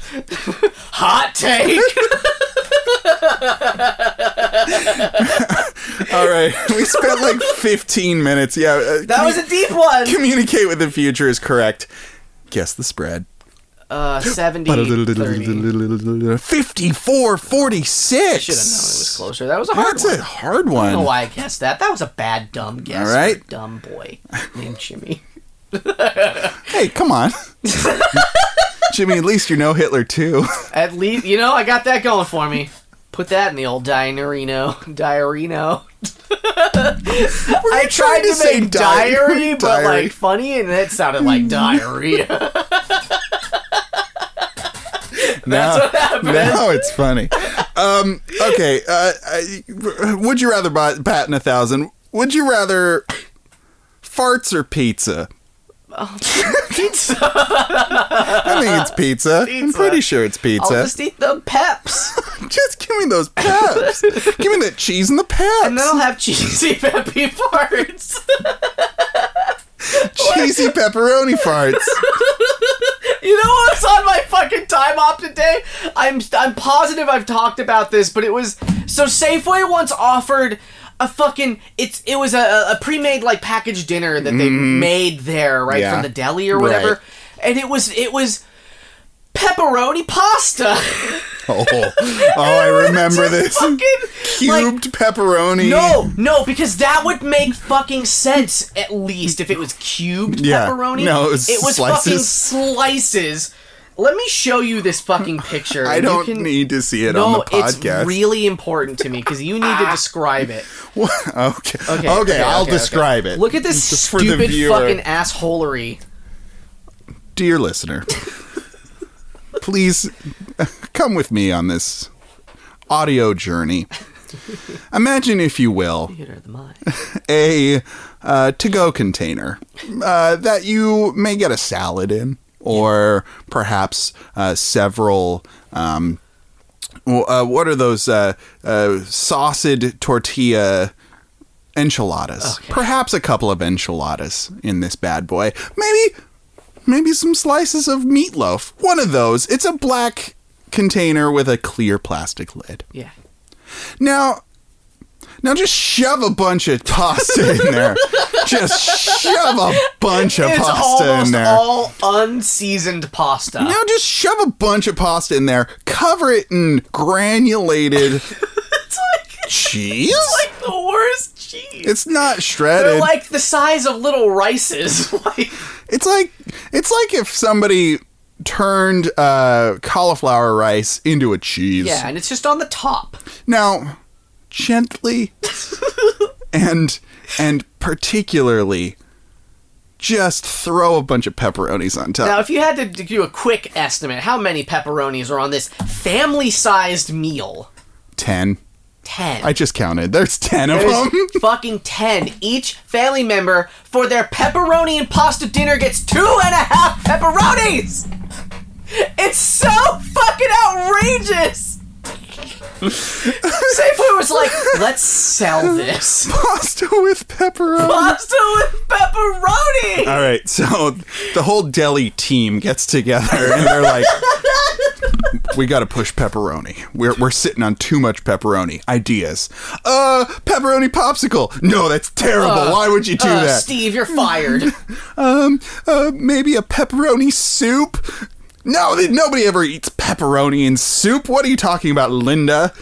Hot take.
all right. We spent like 15 minutes. Yeah. Uh,
That was a deep one.
communicate with the future is correct. Guess the spread.
Uh, 70 30.
54 46.
Should have known it was closer. That was a hard
That's
one.
a hard
I
one.
don't know why Oh, I guessed that. That was a bad, dumb guess.
All right.
for a dumb boy named Jimmy.
Hey, come on. Jimmy, at least you know Hitler too.
At least you know I got that going for me. Put that in the old diarino, diarino. I
you
tried
trying
to,
to say
make
di-
diary, but
diary?
like funny, and it sounded like diarrhea.
Now,
what happened.
now it's funny. Um, okay. Uh, I, would you rather bat, bat in a thousand? Would you rather farts or pizza?
Pizza.
I think it's pizza. I'm
Pizza.
pretty sure it's
I'll
pizza. Just...
just eat the peps,
give me those peps. give me that cheese and the peps.
and then I'll have cheesy peppy parts.
Cheesy pepperoni farts.
You know what's on my fucking time off today? I'm I'm positive I've talked about this, but it was so Safeway once offered a fucking it's it was a, a pre-made like packaged dinner that they made there right
Mm-hmm. Yeah.
from the deli or
Right.
whatever, and it was it was pepperoni pasta.
Oh, oh I remember this.
fucking like,
Cubed pepperoni.
no, no, because that would make fucking sense at least if it was cubed
Yeah.
pepperoni.
No, it was
fucking
slices.
slices. Let me show you this fucking picture.
I
and you
don't
can-
need to see it
No,
on the
it's
podcast.
really important to me because you need to describe it.
okay. Okay,
Okay, okay,
I'll
okay, okay.
describe it.
Look at this
Just for the
stupid
viewer.
fucking assholery.
dear listener, please come with me on this audio journey. Imagine, if you will,
Theater of the mind.
a uh, to go container uh, that you may get a salad in, or perhaps uh, several. Um, w- uh, what are those uh, uh, sausage tortilla enchiladas?
Okay.
Perhaps a couple of enchiladas in this bad boy. Maybe, maybe some slices of meatloaf. One of those. It's a black container with a clear plastic lid.
Yeah.
Now, now just shove a bunch of pasta in there. just shove a bunch of
It's
pasta
almost
in there.
all unseasoned pasta.
now just shove a bunch of pasta in there, cover it in granulated
It's like
cheese.
like the worst cheese.
It's not
They're
shredded.
like the size of little rices. like
it's like it's like if somebody turned uh, cauliflower rice into a cheese.
yeah, and it's just on the top.
Now, gently and and particularly just throw a bunch of pepperonis on top.
Now, if you had to do a quick estimate, how many pepperonis are on this family-sized meal?
10.
Ten.
I just counted. There's 10 of
There's
them.
fucking ten. Each family member for their pepperoni and pasta dinner gets two and a half pepperonis. It's so fucking outrageous. Safeway was like, let's sell this
Pasta with pepperoni.
pasta with pepperoni.
All right, so the whole deli team gets together and they're like, "We got to push pepperoni. We're we're sitting on too much pepperoni." Ideas. Uh, pepperoni popsicle. No, that's terrible. Why would you do
Uh,
that?
Steve, you're fired.
um, uh, maybe a pepperoni soup. No, th- nobody ever eats pepperoni in soup. What are you talking about, Linda?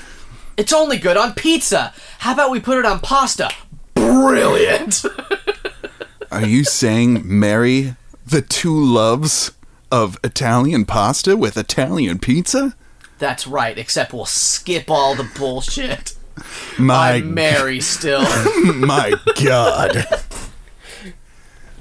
it's only good on pizza. How about we put it on pasta? Brilliant.
Are you saying marry the two loves of Italian pasta with Italian pizza?
That's right, except we'll skip all the bullshit.
My
I'm Mary still.
My God.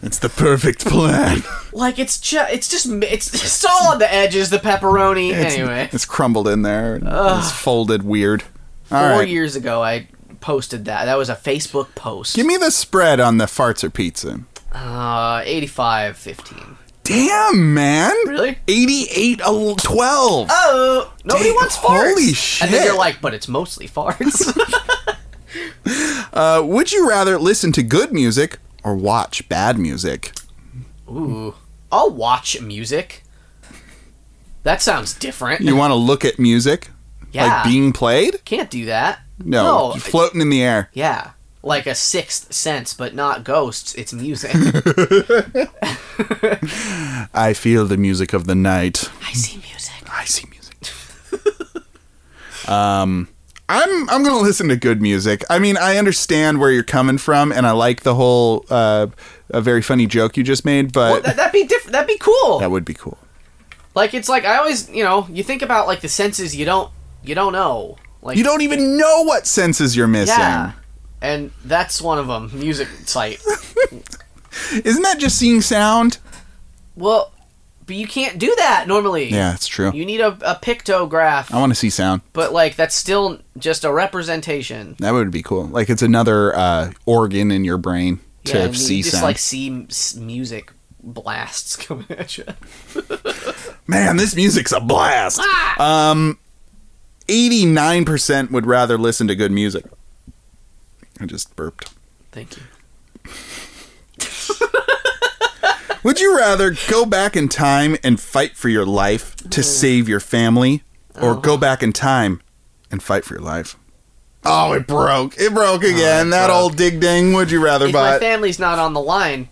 It's the perfect plan.
like it's ju- it's just ma- it's it's all on the edges the pepperoni anyway.
It's crumbled in there. and It's folded weird. All
Four
right.
years ago I posted that. That was a Facebook post.
Give me the spread on the farts or pizza.
Uh 85 15.
Damn, man. uh,
Really?
88 al- 12.
Oh, nobody
Dang,
wants farts.
holy
And then
shit.
you're like, but it's mostly farts.
Uh, would you rather listen to good music or watch bad music?
Ooh. I'll watch music. That sounds different.
You want to look at music?
Yeah.
Like being played?
Can't do that.
No.
No.
Floating in the air.
Yeah. Like a sixth sense, but not ghosts. It's music.
I feel the music of the night.
I see music.
I see music. um, I'm I'm gonna listen to good music. I mean, I understand where you're coming from, and I like the whole uh, a very funny joke you just made, but
That, that'd be different. That'd be cool.
that would be cool.
Like it's like I always, you know, you think about like the senses you don't you don't know. Like
You don't even know what senses you're missing.
yeah. And that's one of them, music sight.
Isn't that just seeing sound?
well, but you can't do that normally.
Yeah, that's true.
You need a, a pictograph,
I want to see sound.
but like that's still just a representation.
That would be cool. Like it's another uh, organ in your brain to
yeah, and
see
you just
sound.
like see m- s- music blasts coming at you.
Man, this music's a blast.
Ah!
Um, eighty-nine percent would rather listen to good music. I just burped.
Thank you.
Would you rather go back in time and fight for your life to
Mm.
save your family,
Uh-huh.
or go back in time and fight for your life? Oh, it broke! It broke again. that
Oh, broke.
old dig ding. Would you rather?
If my
But
family's not on the line,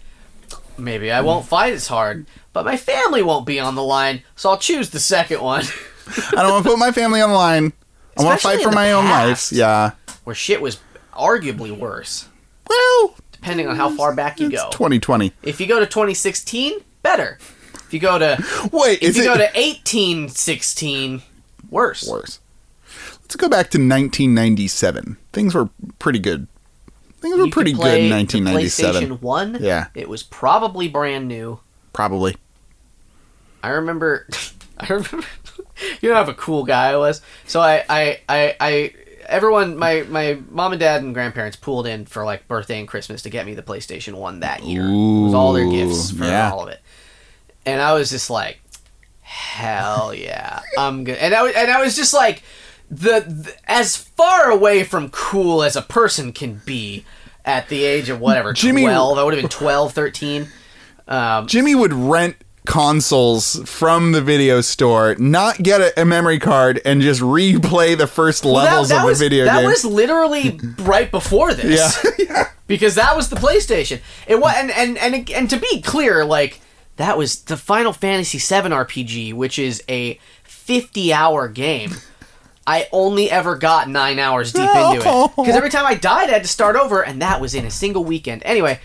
maybe I won't fight as hard. But my family won't be on the line, so I'll choose the second one.
I don't want to put my family on the line. I want to
Especially
fight
in
for
the
my own life.
past.
Yeah.
where shit was arguably worse,
Well,
depending on how far back you
it's
go.
2020.
if you go to 2016, better. If you go to
Wait,
if
is
you
it
go to 1816, worse.
worse? Let's go back to 1997. Things were pretty good. Things
You
were
could
pretty good
play
in
the
1997.
PlayStation One.
Yeah.
it was probably brand new.
Probably.
I remember, I remember. you know, how a cool guy I was. So I, I, I, I. Everyone, my my mom and dad and grandparents pooled in for like birthday and Christmas to get me the PlayStation One that year. it was all their gifts
Ooh,
for
yeah.
all of it, and I was just like, hell yeah, I'm good. And I was- and I was just like, the, the as far away from cool as a person can be at the age of whatever
Jimmy-
12 i would have been 12 13 um,
Jimmy would rent consoles from the video store, not get a, a memory card, and just replay the first
Well,
levels of the
was,
video
that
game.
was literally right before this.
yeah.
because that was the PlayStation. It was and and and and to be clear, like that was the Final Fantasy VII RPG, which is a 50-hour game. I only ever got nine hours deep into it because every time I died, I had to start over, and that was in a single weekend. Anyway,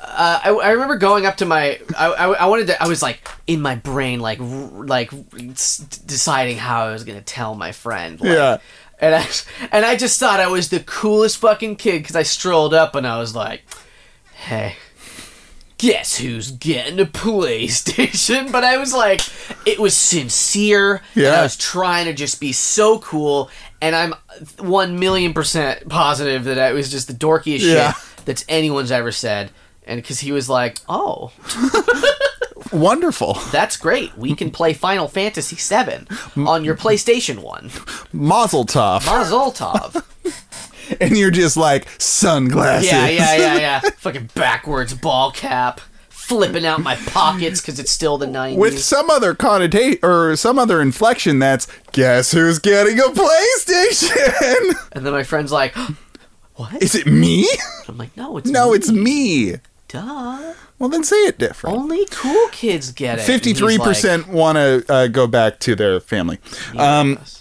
uh, I, I remember going up to my I, I, I wanted to I was like in my brain like r- like s- deciding how I was gonna tell my friend like,
Yeah.
and I and I just thought I was the coolest fucking kid because I strolled up and I was like hey guess who's getting a PlayStation? But I was like, it was sincere. Yeah. And
Yeah.
I was trying to just be so cool. And I'm 1 million percent positive that I was just the dorkiest
Yeah.
shit that's anyone's ever said. And because he was like, oh,
Wonderful.
that's great. We can play Final Fantasy VII on your PlayStation 1.
Mazel tov.
Mazel tov.
And you're just like, sunglasses.
Yeah, yeah, yeah, yeah. Fucking backwards ball cap. Flipping out my pockets because it's still the 90s.
With some other connotation or some other inflection that's, guess who's getting a PlayStation?
And then my friend's like, what?
Is it me?
I'm like, no, it's
No,
me.
it's me.
duh.
Well, then say it different.
Only cool kids get it. And Oh, he's
Fifty-three percent want to uh, go back to their family.
like,
Um,
"Yes."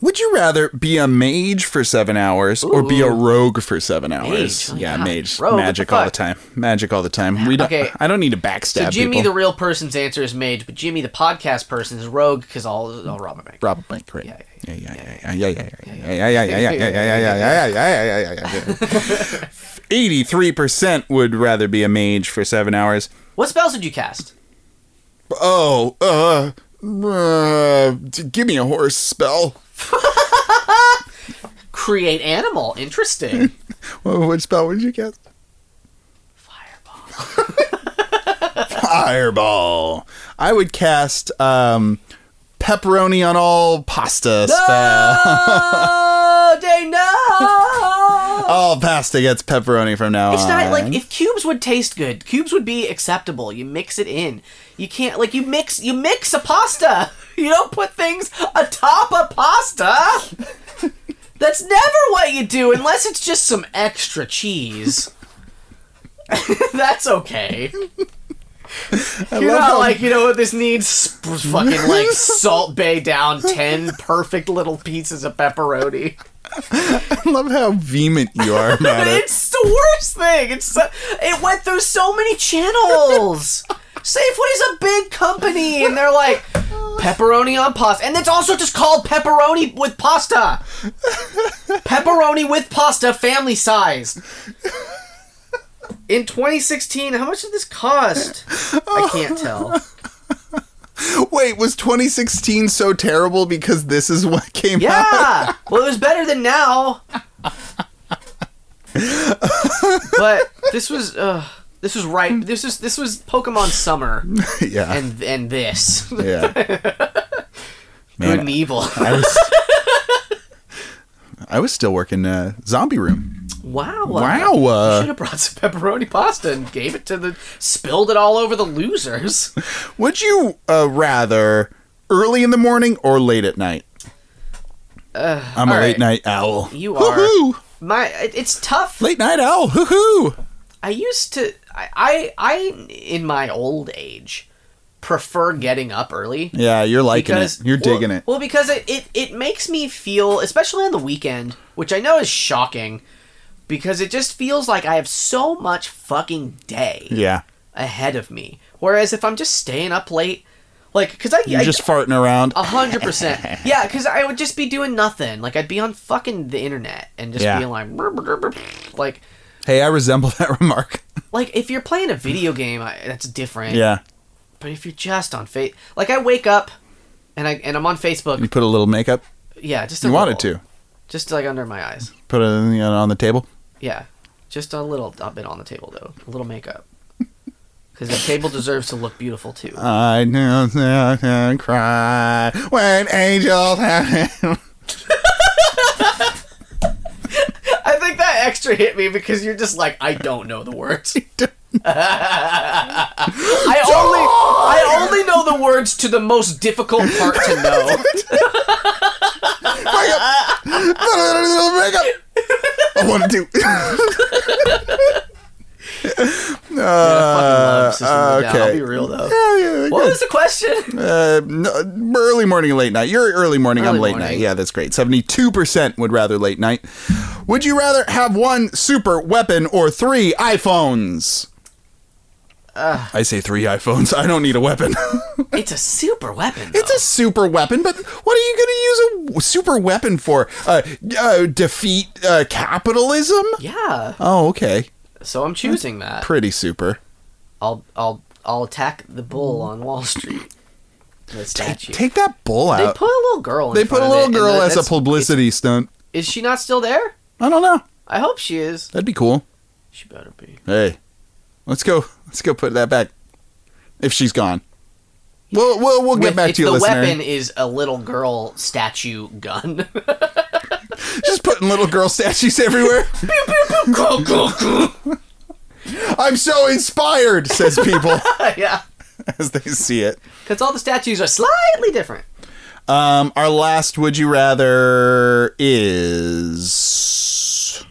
would you rather be a mage for seven hours or be a rogue for seven hours?
oh my
yeah,
God.
mage,
Rogue, what
magic
the
all the
fuck?
time, magic all the time. We don't.
Okay.
I don't need to
so
backstab
Jimmy,
people.
the real person's answer is mage, but Jimmy, the podcast person, is rogue because I'll, I'll rob a bank.
Rob a bank, right?
Yeah,
Yeah, yeah, yeah, yeah, yeah, yeah, yeah, yeah, yeah, yeah, yeah, yeah, yeah, yeah, yeah, yeah, yeah, yeah, yeah. Eighty-three percent would rather be a mage for seven hours.
What spells did you cast?
Oh, uh, uh d- give me a horse spell.
Create animal. Interesting.
What, what spell would you cast?
Fireball.
Fireball. I would cast um, pepperoni on all pasta spell.
No, Oh, they no.
All pasta gets pepperoni from now
It's
on.
not like if cubes would taste good. Cubes would be acceptable. You mix it in. You can't like you mix you mix a pasta. You don't put things atop a pasta. That's never what you do unless it's just some extra cheese. That's okay.
I
You're
love
not
how-
like you know what this needs Sp- fucking like salt bay down ten perfect little pieces of pepperoni.
I love how vehement you are about it.
It's the worst thing. It's so, it went through so many channels. Safeway's a big company, and they're like pepperoni on pasta, and it's also just called pepperoni with pasta. pepperoni with pasta, family size. In 2016, how much did this cost? I can't tell.
Wait, was 2016 so terrible because this is what came out?
Yeah. Well, it was better than now. but this was uh, this was right. This was this was Pokemon Summer
yeah.
and and this
yeah.
Good
Man,
and Evil.
I was I was still working uh, zombie room.
wow.
Wow.
You
Uh,
should have brought some pepperoni pasta and gave it to the spilled it all over the losers.
Would you uh, rather early in the morning or late at night? I'm a
all right.
late night owl.
You
Hoo-hoo!
My it, it's tough.
Late night owl. Hoo hoo.
I used to I, I I in my old age prefer getting up early.
Yeah, you're liking it. You're
well-
digging it.
Well, because it, it it makes me feel, especially on the weekend, which I know is shocking, because it just feels like I have so much fucking day
Yeah.
ahead of me. Whereas if I'm just staying up late, like, because I, Oh.
You're
I
just farting around.
a hundred percent, yeah, because I would just be doing nothing. Like I'd be on fucking the internet and just
Yeah.
being like, "Brr, brr, brr, brr," like,
Hey, I resemble that remark.
like if you're playing a video game, I, that's different.
Yeah.
But if you're just on fa like I wake up. And I and I'm on Facebook.
You put a little makeup.
Yeah, just a
You wanted
little.
to.
just like under my eyes.
Put it you know, on the table.
Yeah, just a little a bit on the table though, a little makeup, because the table deserves to look beautiful too.
I know that I cry when angels have.
I think that extra hit me because you're just like I don't know the words. I only I only know the words to the most difficult part to know.
Makeup! Put a little makeup! I want to do.
question.
Uh, no, early morning, late night. You're early morning. I'm
Early
late
morning.
night. Yeah, that's great. Seventy-two percent would rather late night. Would you rather have one super weapon or three iPhones? I say three iPhones. I don't need a weapon.
It's a super weapon.
it's a super weapon, but what are you going to use a w- super weapon for? Uh, uh, defeat uh, capitalism?
yeah.
Oh, okay.
So I'm choosing that.
Pretty super.
I'll I'll I'll attack the bull
Mm.
on Wall Street. The statue.
Take that bull
they
out.
put a little girl. In
uh, They put
front of
a
it,
little
and
girl
that-
as a
that's-
publicity stunt.
Is she not still there?
I don't know.
I hope she is.
That'd be cool.
She better be.
Hey, let's go. Let's go put that back. If she's gone, we'll we'll, we'll get
With-
back
if
to you,
the
listener.
weapon is a little girl statue gun.
Just putting little girl statues everywhere.
Go, go, go.
I'm so inspired, says people
yeah.
as they see it.
Because all the statues are slightly different.
Um, our last would you rather is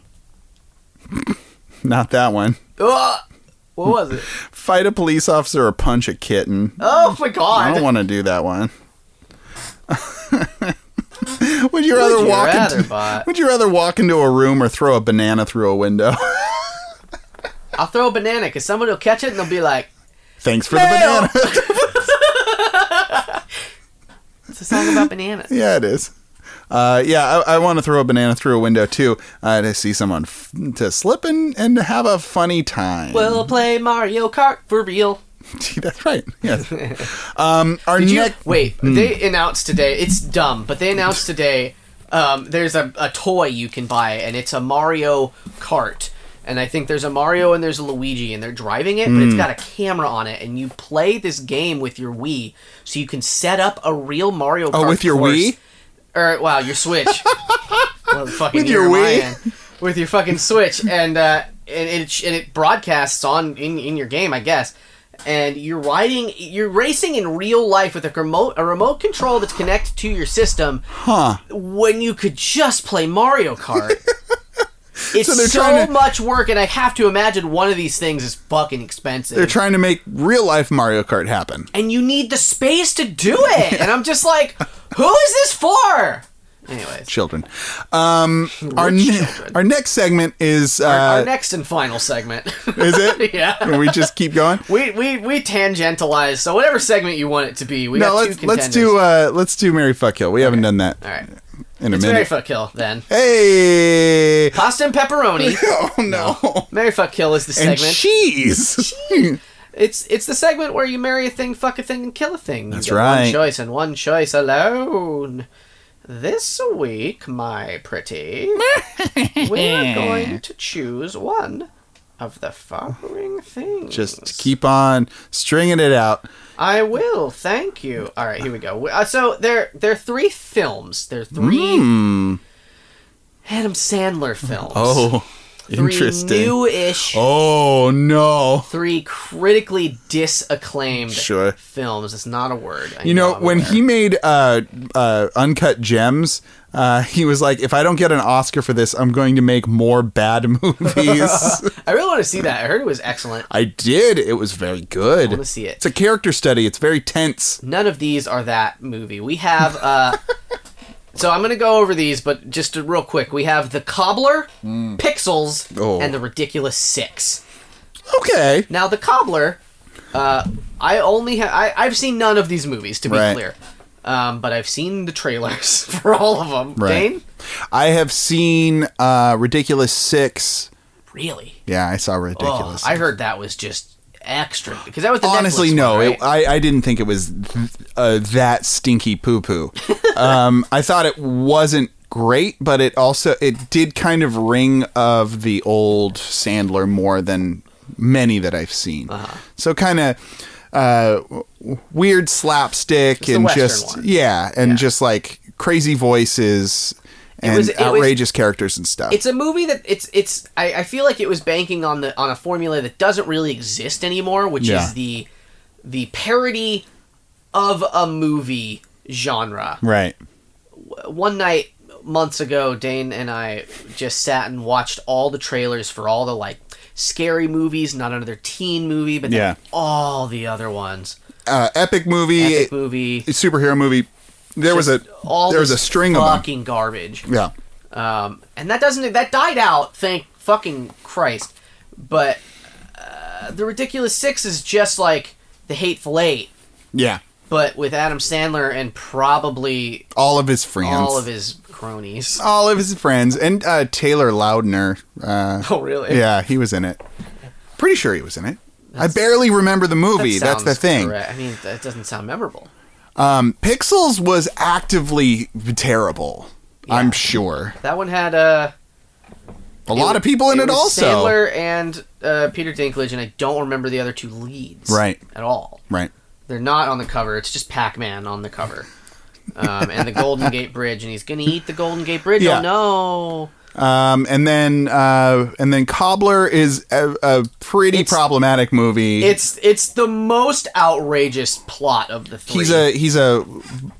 not that one.
Ugh. Uh, What was it?
Fight a police officer or punch a kitten.
Oh my
I
god.
don't want to do that one. would you rather
Would you
walk
rather,
into
bot?
Would you rather walk into a room or throw a banana through a window?
I'll throw a banana because somebody will catch it and they'll be like,
Thanks for
Fail.
the banana.
it's a song about bananas.
yeah, it is. Uh, yeah, I, I want to throw a banana through a window too uh, to see someone f- to slip and and have a funny time.
We'll play Mario Kart for real.
Gee, that's right. Yes. um, our
Did you-
next.
wait, they announced today, it's dumb, but they announced today um, there's a, a toy you can buy and it's a Mario Kart. And I think there's a Mario and there's a Luigi and they're driving it, but
Hmm.
it's got a camera on it and you play this game with your Wii so you can set up a real Mario Kart.
Oh, with your
course.
Wii?
Or wow, your Switch. Well, fucking
With your
ear am I
Wii?
in? with your fucking Switch, and uh, and it and it broadcasts on in, in your game, I guess. And you're riding, you're racing in real life with a remote a remote control that's connected to your system.
Huh.
When you could just play Mario Kart. It's
So
so,
they're trying to-
much work, and I have to imagine one of these things is fucking expensive.
They're trying to make real life Mario Kart happen.
and you need the space to do it. and I'm just like, who is this for? Anyways,
Children. Um, our ne-
children.
our next segment is uh,
our next and final segment.
is it?
yeah.
Can we just keep going?
We, we we tangentialize, so whatever segment you want it to be, we
No,
got
let's
two
let's
contenders.
do uh let's do Mary Fuck Kill. We haven't done that
All right,
in a
it's Mary
minute.
Fuck Kill then.
hey.
Pasta and pepperoni.
Oh no.
Mary Fuck Kill is the
And
segment.
cheese.
it's it's the segment where you marry a thing, fuck a thing, and kill a thing. You
That's
get
right.
One choice and one choice alone. This week, my pretty, we're going to choose one of the following things.
Just keep on stringing it out.
I will. Thank you. All right, here we go. Uh, so there, there are three films. There are three
Hmm.
Adam Sandler films.
Oh,
three
interesting.
new-ish,
oh no.
three critically disacclaimed
Sure.
films. It's not a word. I
You know
I'm
when
aware.
he made uh, uh, Uncut Gems, uh, he was like, "If I don't get an Oscar for this, I'm going to make more bad movies."
I really want to see that. I heard it was excellent.
I did. It was very good.
wanna see it.
It's a character study. It's very tense.
None of these are that movie. We have. uh So I'm gonna go over these, but just to- real quick, we have the Cobbler, Pixels,
Hmm. Oh.
and the Ridiculous Six.
Okay.
Now the cobbler, uh, I only ha- I I've seen none of these movies to be
Right.
clear, um, but I've seen the trailers for all of them.
Right.
Dane,
I have seen uh, Ridiculous Six.
really?
Yeah, I saw
Oh,
Ridiculous.
I heard that was just extra because that was the
Honestly,
Netflix
no.
One,
It, I, I didn't think it was th- uh, that stinky poo poo. um, I thought it wasn't great, but it also it did kind of ring of the old Sandler more than many that I've seen.
Uh-huh.
So kind of uh, w- weird slapstick
the
and
Western
just
one.
yeah, and just like crazy voices and
was- it was-
outrageous characters and stuff.
it's a movie that it's it's I, I feel like it was banking on the on a formula that doesn't really exist anymore, which
Yeah.
is the the parody of a movie genre.
right.
one night months ago dane and i just sat and watched all the trailers for all the like scary movies not another teen movie but then
Yeah.
all the other ones
uh, epic movie,
Epic movie.
superhero movie. There was a
Just all
there was a
this
string of them.
fucking garbage.
Yeah,
Um, and that doesn't that died out. Thank fucking Christ. But uh, the ridiculous six is just like the hateful eight,
yeah.
but with Adam Sandler and probably
All of his friends,
all of his cronies.
all of his friends, and uh, Taylor Lautner. Uh,
Oh, really?
Yeah, he was in it. Pretty sure he was in it. I barely remember the
That
movie.
sounds
That's the thing.
correct. I mean, that doesn't sound memorable.
Um, Pixels was actively terrible. I'm sure.
That one had uh,
A lot of people in it,
was
also.
Sandler and uh, Peter Dinklage, and I don't remember the other two leads
Right.
at all.
Right.
They're not on the cover. It's just Pac Man on the cover. Um, and the Golden Gate Bridge, and he's gonna eat the Golden Gate Bridge.
Yeah.
Oh no!
Um, and then uh, and then Cobbler is a, a pretty
It's-
problematic movie.
It's it's the most outrageous plot of the three.
he's a he's a,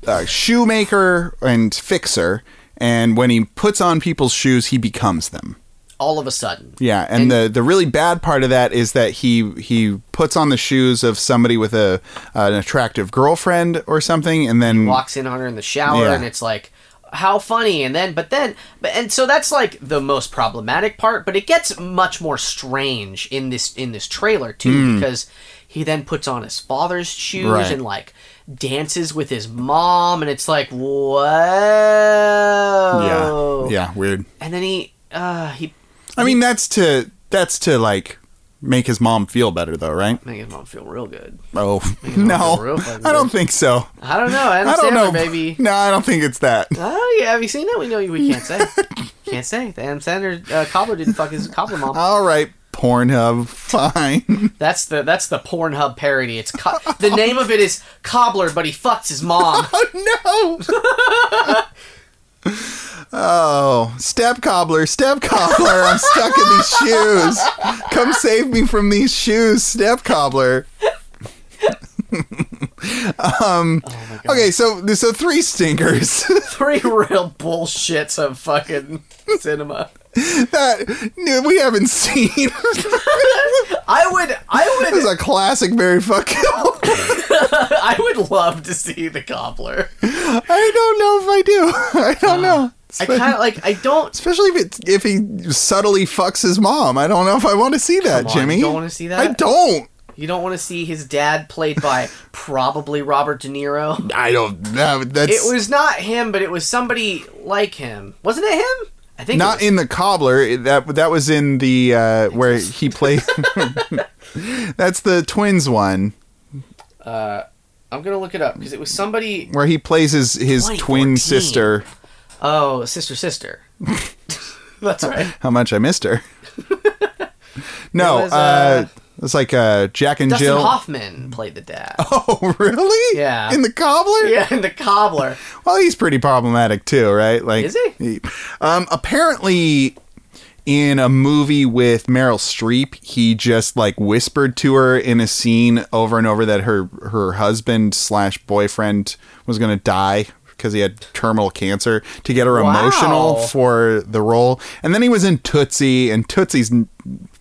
a shoemaker and fixer, and when he puts on people's shoes, he becomes them.
all of a sudden.
Yeah, and, the the really bad part of that is that he he puts on the shoes of somebody with a an attractive girlfriend or something, and then
walks in on her in the shower
Yeah.
and it's like how funny and then but then but and so that's like the most problematic part but it gets much more strange in this in this trailer too because he then puts on his father's shoes
Hmm. Right.
and like dances with his mom and it's like whoa Oh.
yeah, yeah, weird.
and then he uh he
I mean, that's to that's to like make his mom feel better, though, right?
make his mom feel real good
Oh
mom
no,
feel real fucking
I don't think so.
i don't know adam
I don't
Sandler,
know,
baby
No, I don't think it's that.
oh yeah have you seen that we know you we can't say can't say adam sandler uh, cobbler didn't fuck his cobbler mom
All right, Pornhub, fine.
That's the that's the Pornhub parody. It's co- the name of it is Cobbler, but he fucks his mom.
oh no. Oh, step cobbler, step cobbler, I'm stuck in these shoes. Come save me from these shoes, step cobbler.
Oh my god!
Um, Okay, so so three stinkers.
Three real bullshits of fucking cinema.
that we haven't seen.
I would I
This
would
is a classic Mary Fuck Kill.
I would love to see the Cobbler.
I don't know if I do. I don't know.
I kind of like I don't.
Especially if it, if he subtly fucks his mom. I don't know if I want to see that,
Come on,
Jimmy.
you don't wanna see that?
I don't.
You don't want to see his dad played by probably Robert De Niro.
I don't. That, that's
It was not him, but it was somebody like him. Wasn't it him? I think
not
it
in the cobbler. It- That that was in the uh, where he played. that's the twins one
was, uh, I'm gonna look it up because it was somebody.
where he plays his his
2014.
twin sister.
Oh, sister, sister. That's right.
How much I missed her. no,
It was,
uh, it's like uh, Jack and
Dustin
Jill.
Hoffman played the dad.
Oh, really?
Yeah.
In the cobbler?
Yeah, and the cobbler.
Well, he's pretty problematic too, right? Like
Is he?
um, apparently, in a movie with Meryl Streep, he just like whispered to her in a scene over and over that her her husband slash boyfriend was gonna die because he had terminal cancer to get her
Wow.
emotional for the role. And then he was in Tootsie, and Tootsie's n-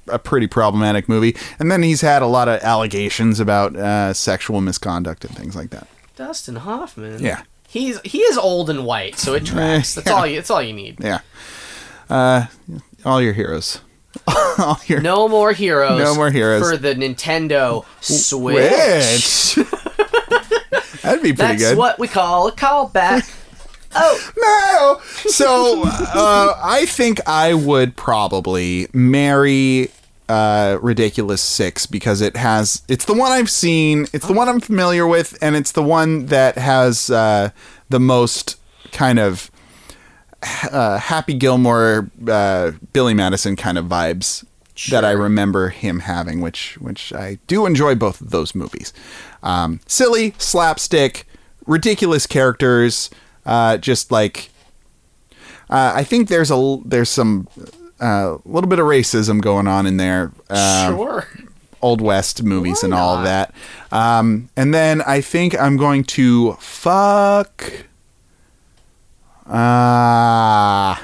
a pretty problematic movie. And then he's had a lot of allegations about uh, sexual misconduct and things like that.
Dustin Hoffman.
Yeah.
He's he is old and white, so it tracks. That's all you that's all you need.
Yeah. Uh, all your heroes. all your
No more heroes.
No more heroes.
for the Nintendo Switch.
Which? That'd be pretty
That's
good.
what we call a callback. oh,
no. So uh, I think I would probably marry uh, Ridiculous Six because it has it's the one I've seen, it's the one I'm familiar with, and it's the one that has uh, the most kind of uh, Happy Gilmore, uh, Billy Madison kind of vibes that I remember him having, which which I do enjoy both of those movies. Um, silly slapstick, ridiculous characters, uh, just like uh, I think there's a l- there's some uh, little bit of racism going on in there. Uh,
sure.
Old West movies
Why
and all of
not?
that. Um, and then I think I'm going to fuck. Ah.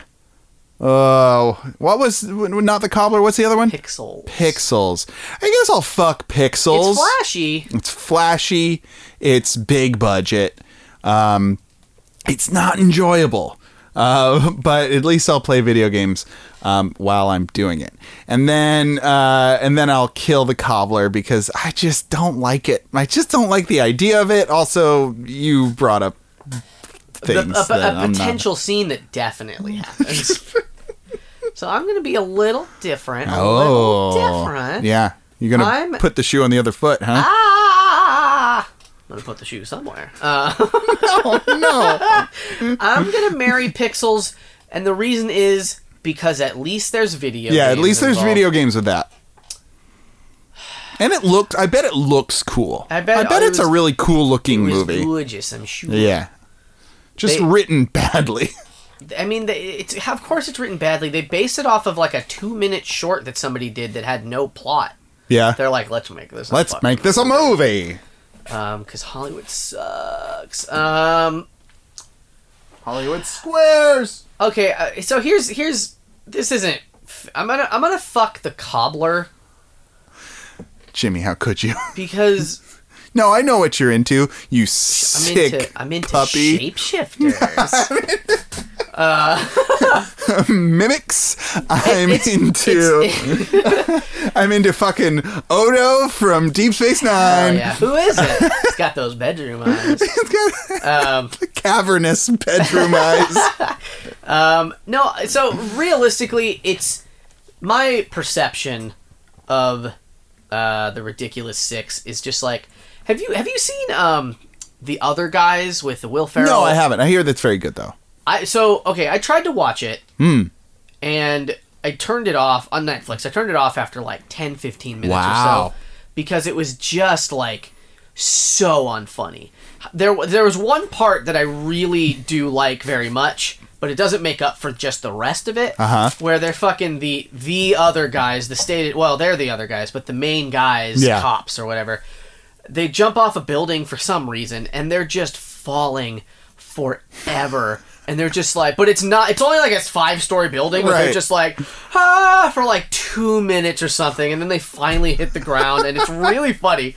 oh, uh, Oh, what was not the cobbler? What's the other one?
Pixels.
Pixels. I guess I'll fuck Pixels.
It's flashy.
It's flashy. It's big budget. Um, it's not enjoyable. Uh, but at least I'll play video games um, while I'm doing it, and then uh, and then I'll kill the cobbler because I just don't like it. I just don't like the idea of it. Also, you brought up
The-
things
a, a
that I'm not-
potential scene that definitely happens. so I'm going to be a little different. A
Oh,
little different.
Yeah, you're gonna
I'm-
put the shoe on the other foot, huh?
Ah! I'm going to put the shoe somewhere. Uh,
Oh no!
I'm going to marry Pixels, and the reason is because at least there's video.
yeah, at
games
least there's
involved.
video games with that. And it looked. I bet it looks cool.
I bet-
I bet
it
it's
was-
a really cool
It
looking
was
movie.
gorgeous, I'm sure.
Yeah, just
They-
written badly.
I mean, they, it's of course it's written badly. They based it off of like a two-minute short that somebody did that had no plot.
yeah.
They're like, let's make this. a
Let's
fucking
make this a movie.
Um, because Hollywood sucks. Um,
Hollywood Squares.
okay, uh, so here's here's this isn't. f- I'm gonna I'm gonna fuck the cobbler
Jimmy, how could you?
because
no, I know what you're into. You
I'm
sick
into I'm into
puppy.
shapeshifters.
mimics. I'm
it's-
into.
it's-
I'm into fucking Odo from Deep Space
oh
Nine.
yeah, who is it? It's got those bedroom eyes.
It's got
Um,
the cavernous bedroom eyes.
um, no, so realistically, it's my perception of uh, the ridiculous six is just like have you have you seen um the other guys with the Will Ferrell?
No, I haven't. I hear that's very good though.
I so okay. I tried to watch it,
Hmm.
and I turned it off on Netflix. I turned it off after like 10, 15 minutes
Wow.
or so because it was just like so unfunny. There, wa- there was one part that I really do like very much, but it doesn't make up for just the rest of it.
Uh-huh.
Where they're fucking the the other guys, the stated well, they're the other guys, but the main guys,
Yeah.
cops or whatever they jump off a building for some reason and they're just falling forever and they're just like but it's not it's only like a five story building but
Right.
they're just like ah for like two minutes or something and then they finally hit the ground and it's really funny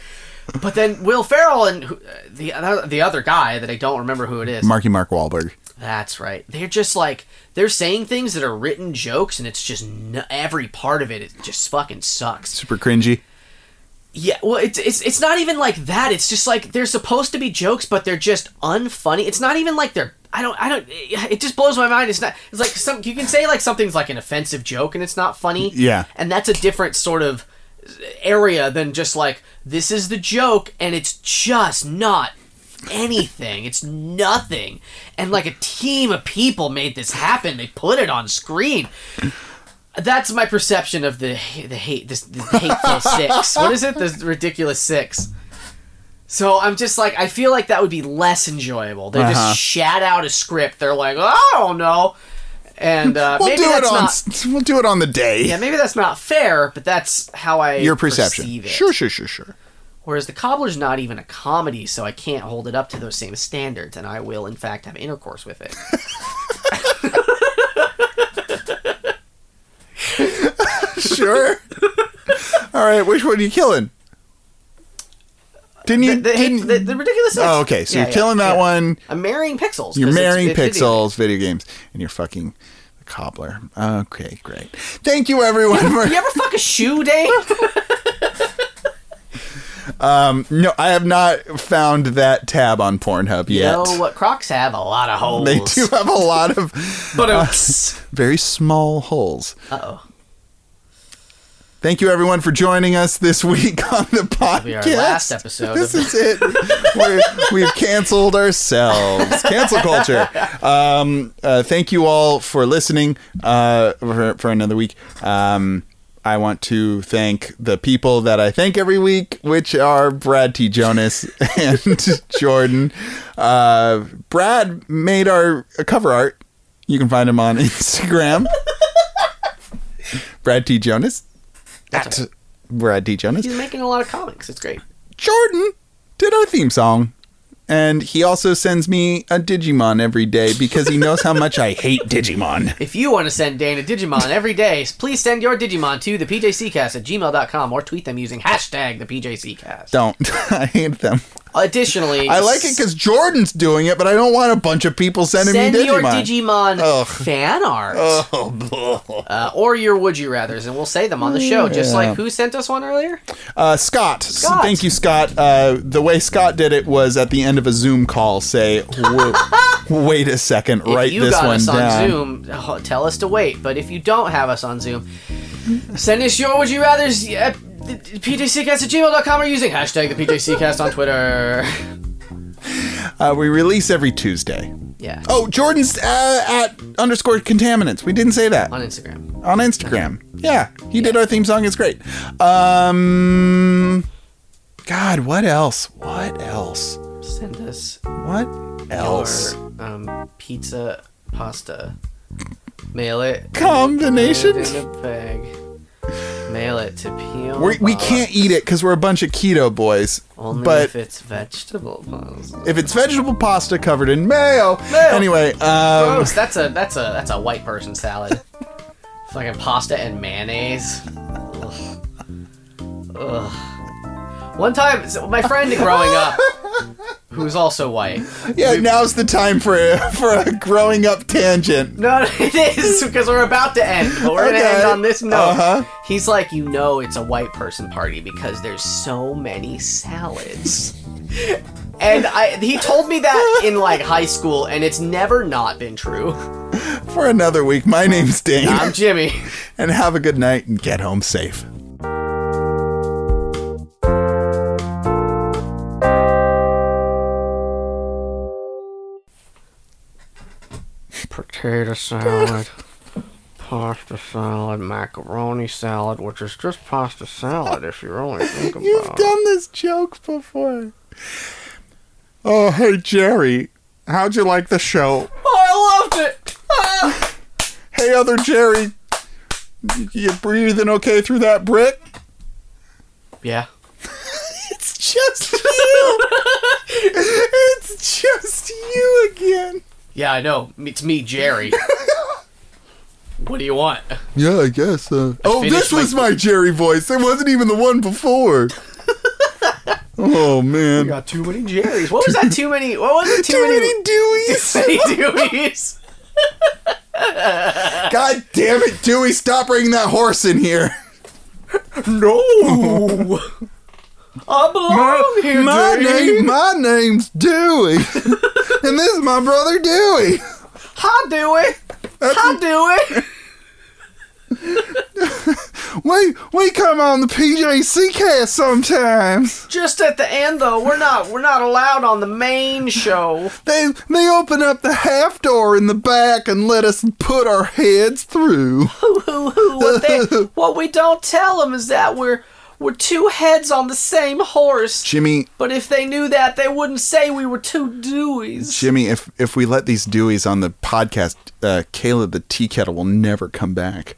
but then will ferrell and who- uh, the, other- the other guy that i don't remember who it is
Marky Mark Wahlberg.
that's right they're just like they're saying things that are written jokes and it's just n- every part of it it just fucking sucks
Super cringy.
yeah, well, it's it's it's not even like that. It's just like they're supposed to be jokes, but they're just unfunny. It's not even like they're. I don't. I don't. It just blows my mind. It's not. It's like some. You can say like something's like an offensive joke, and it's not funny.
Yeah.
And that's a different sort of area than just like this is the joke, and it's just not anything. it's nothing. And like a team of people made this happen. They put it on screen. That's my perception of the the hate this, this hateful six. What is it? This ridiculous six. So I'm just like I feel like that would be less enjoyable. They
Uh-huh.
just shat out a script. They're like, oh, I don't know, and uh,
We'll
maybe
do it
that's
on.
not.
s- We'll do it on the day.
Yeah, maybe that's not fair, but that's how I
Your perception.
perceive it.
Sure, sure, sure, sure.
Whereas the cobbler's not even a comedy, so I can't hold it up to those same standards, and I will in fact have intercourse with it.
Sure. All right. Which one are you killing? Didn't you?
The, the,
didn't,
the, the ridiculous. Six.
oh, okay. So
Yeah,
you're
yeah,
killing that
yeah.
one.
I'm marrying pixels.
You're
'cause it's-
marrying
it's video.
pixels, video games, and you're fucking the cobbler. Okay, great. Thank you, everyone. for-
You ever fuck a shoe, Dave?
um, no, I have not found that tab on Pornhub
You
yet.
know what? Crocs have a lot of holes.
They do have a lot of
But
very small holes.
uh oh,
Thank you, everyone, for joining us this week on the podcast.
be our last episode
This
of-
is it. We're, we've canceled ourselves. Cancel culture. Um, uh, thank you all for listening uh, for, for another week. Um, I want to thank the people that I thank every week, which are Brad T. Jonas and Jordan. Uh, Brad made our cover art. You can find him on Instagram. Brad T. Jonas. At Brad T. Jonas.
he's making a lot of comics. It's great.
Jordan did our theme song. And he also sends me a Digimon every day because he knows how much I hate Digimon.
If you want to send Dana Digimon every day, please send your Digimon to the PJCcast at gmail.com or tweet them using hashtag the PJCcast.
Don't. I hate them.
Additionally,
I like it because Jordan's doing it, but I don't want a bunch of people sending
send
me Digimon.
your Digimon fan art
Oh,
uh, or your would you rather's, and we'll say them on the show. Just like who sent us one earlier?
uh, Scott. S-
Scott.
Thank you, Scott. Uh, the way Scott did it was at the end of a Zoom call, say, "Whoa, wait a second, write
if you
this
got
one
us on
down.
Zoom, oh, tell us to wait. But if you don't have us on Zoom, send us your would you rather's uh, at PJCcast at gmail.com or using hashtag the PJCcast on Twitter.
Uh, we release every Tuesday.
Yeah.
Oh, Jordan's uh, at underscore contaminants. We didn't say that
On Instagram.
on Instagram. Yeah, he did our theme song. It's great. Um, God, what else? What else?
Send us
What else?
your um, pizza pasta. Mail it
Combination.
in a bag. Mail it to P.O.
We, we
Box,
can't eat it because we're a bunch of keto boys.
Only
but
if it's vegetable pasta.
if it's vegetable pasta covered in mayo,
Mayo.
anyway, um,
Gross. That's a that's a that's a white person salad. Fucking pasta and mayonnaise. Ugh. Ugh. One time, so my friend growing up, who's also white.
yeah, now's the time for a, for a growing up tangent.
No, it is because we're about to end. But we're gonna
Okay.
end on this note.
Uh-huh.
He's like, you know, it's a white person party because there's so many salads. and I, he told me that in like high school, and it's never not been true.
For another week, my name's Dane,
I'm Jimmy.
and have a good night and get home safe.
potato salad, pasta salad, macaroni salad, which is just pasta salad if you really think about
You've
it.
done this joke before. Oh, hey, Jerry. How'd you like the show?
Oh, I loved it! Ah!
Hey, other Jerry. y- You breathing okay through that brick?
Yeah.
It's just you. it's just you again.
Yeah, I know. It's me, Jerry. what do you want?
Yeah, I guess. Uh, oh,
finished
this was my Jerry voice. It wasn't even the one before. oh man,
Got too many Jerrys. What was that? Too many. What was it? Too,
too
many.
many Deweys.
Too many Dewey's.
God damn it, Dewey! Stop bringing that horse in here.
No! I belong here,
My
Jerry.
name, my name's Dewey, and this is my brother Dewey.
Hi, Dewey. Hi, Dewey.
We we come on the PJC cast sometimes.
Just at the end, though, we're not we're not allowed on the main show.
They they open up the half door in the back and let us put our heads through.
what, they, what we don't tell them is that we're we're two heads on the same horse.
Jimmy,
But if they knew that, they wouldn't say we were two Deweys.
Jimmy, if if we let these Deweys on the podcast, uh, Kayla the tea kettle will never come back.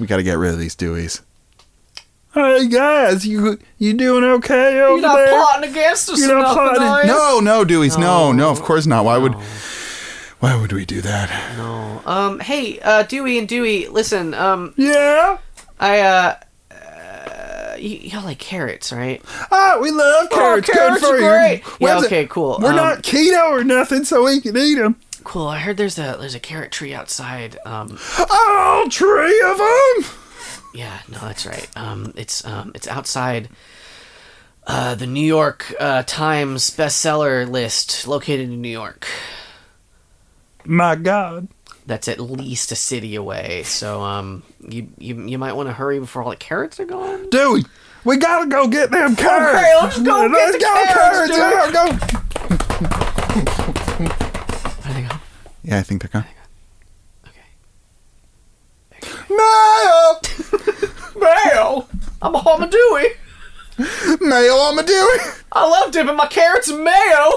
We got to get rid of these Deweys. Hey guys, you you doing okay over
You're not plotting against us or nothing, are you?
No, no, Deweys, no, no, of course not. Why would why would we do that?
No. Um. Hey, uh, Dewey and Dewey, listen. Um.
Yeah.
I uh. uh you, y'all like carrots, right?
Ah, we love carrots.
Oh, carrots
Good for
are
you.
great. Yeah,
When's it-
okay, cool.
We're
Um,
not keto or nothing, so we can eat them.
Cool. I heard there's a there's a carrot tree outside. Um.
All three of them.
Yeah, no, that's right. Um, it's um, it's outside uh, the New York uh, Times bestseller list, located in New York.
My God.
That's at least a city away. So um, you you, you might want to hurry before all the carrots are gone.
Dude, we gotta go get them carrots.
let's go get the carrots, dude.
Yeah, go.
Where they go?
Yeah, I think they're gone.
Okay.
Mayo,
Mayo, I'm a home Dewey.
mayo on my Dewey.
I love dipping my carrots in mayo.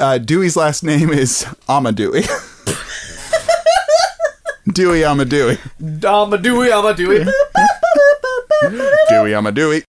Uh, Dewey's last name is Amadewey. Dewey Amadewey.
I'm a Dewey. I'm a Dewey.
Dewey Amadewey.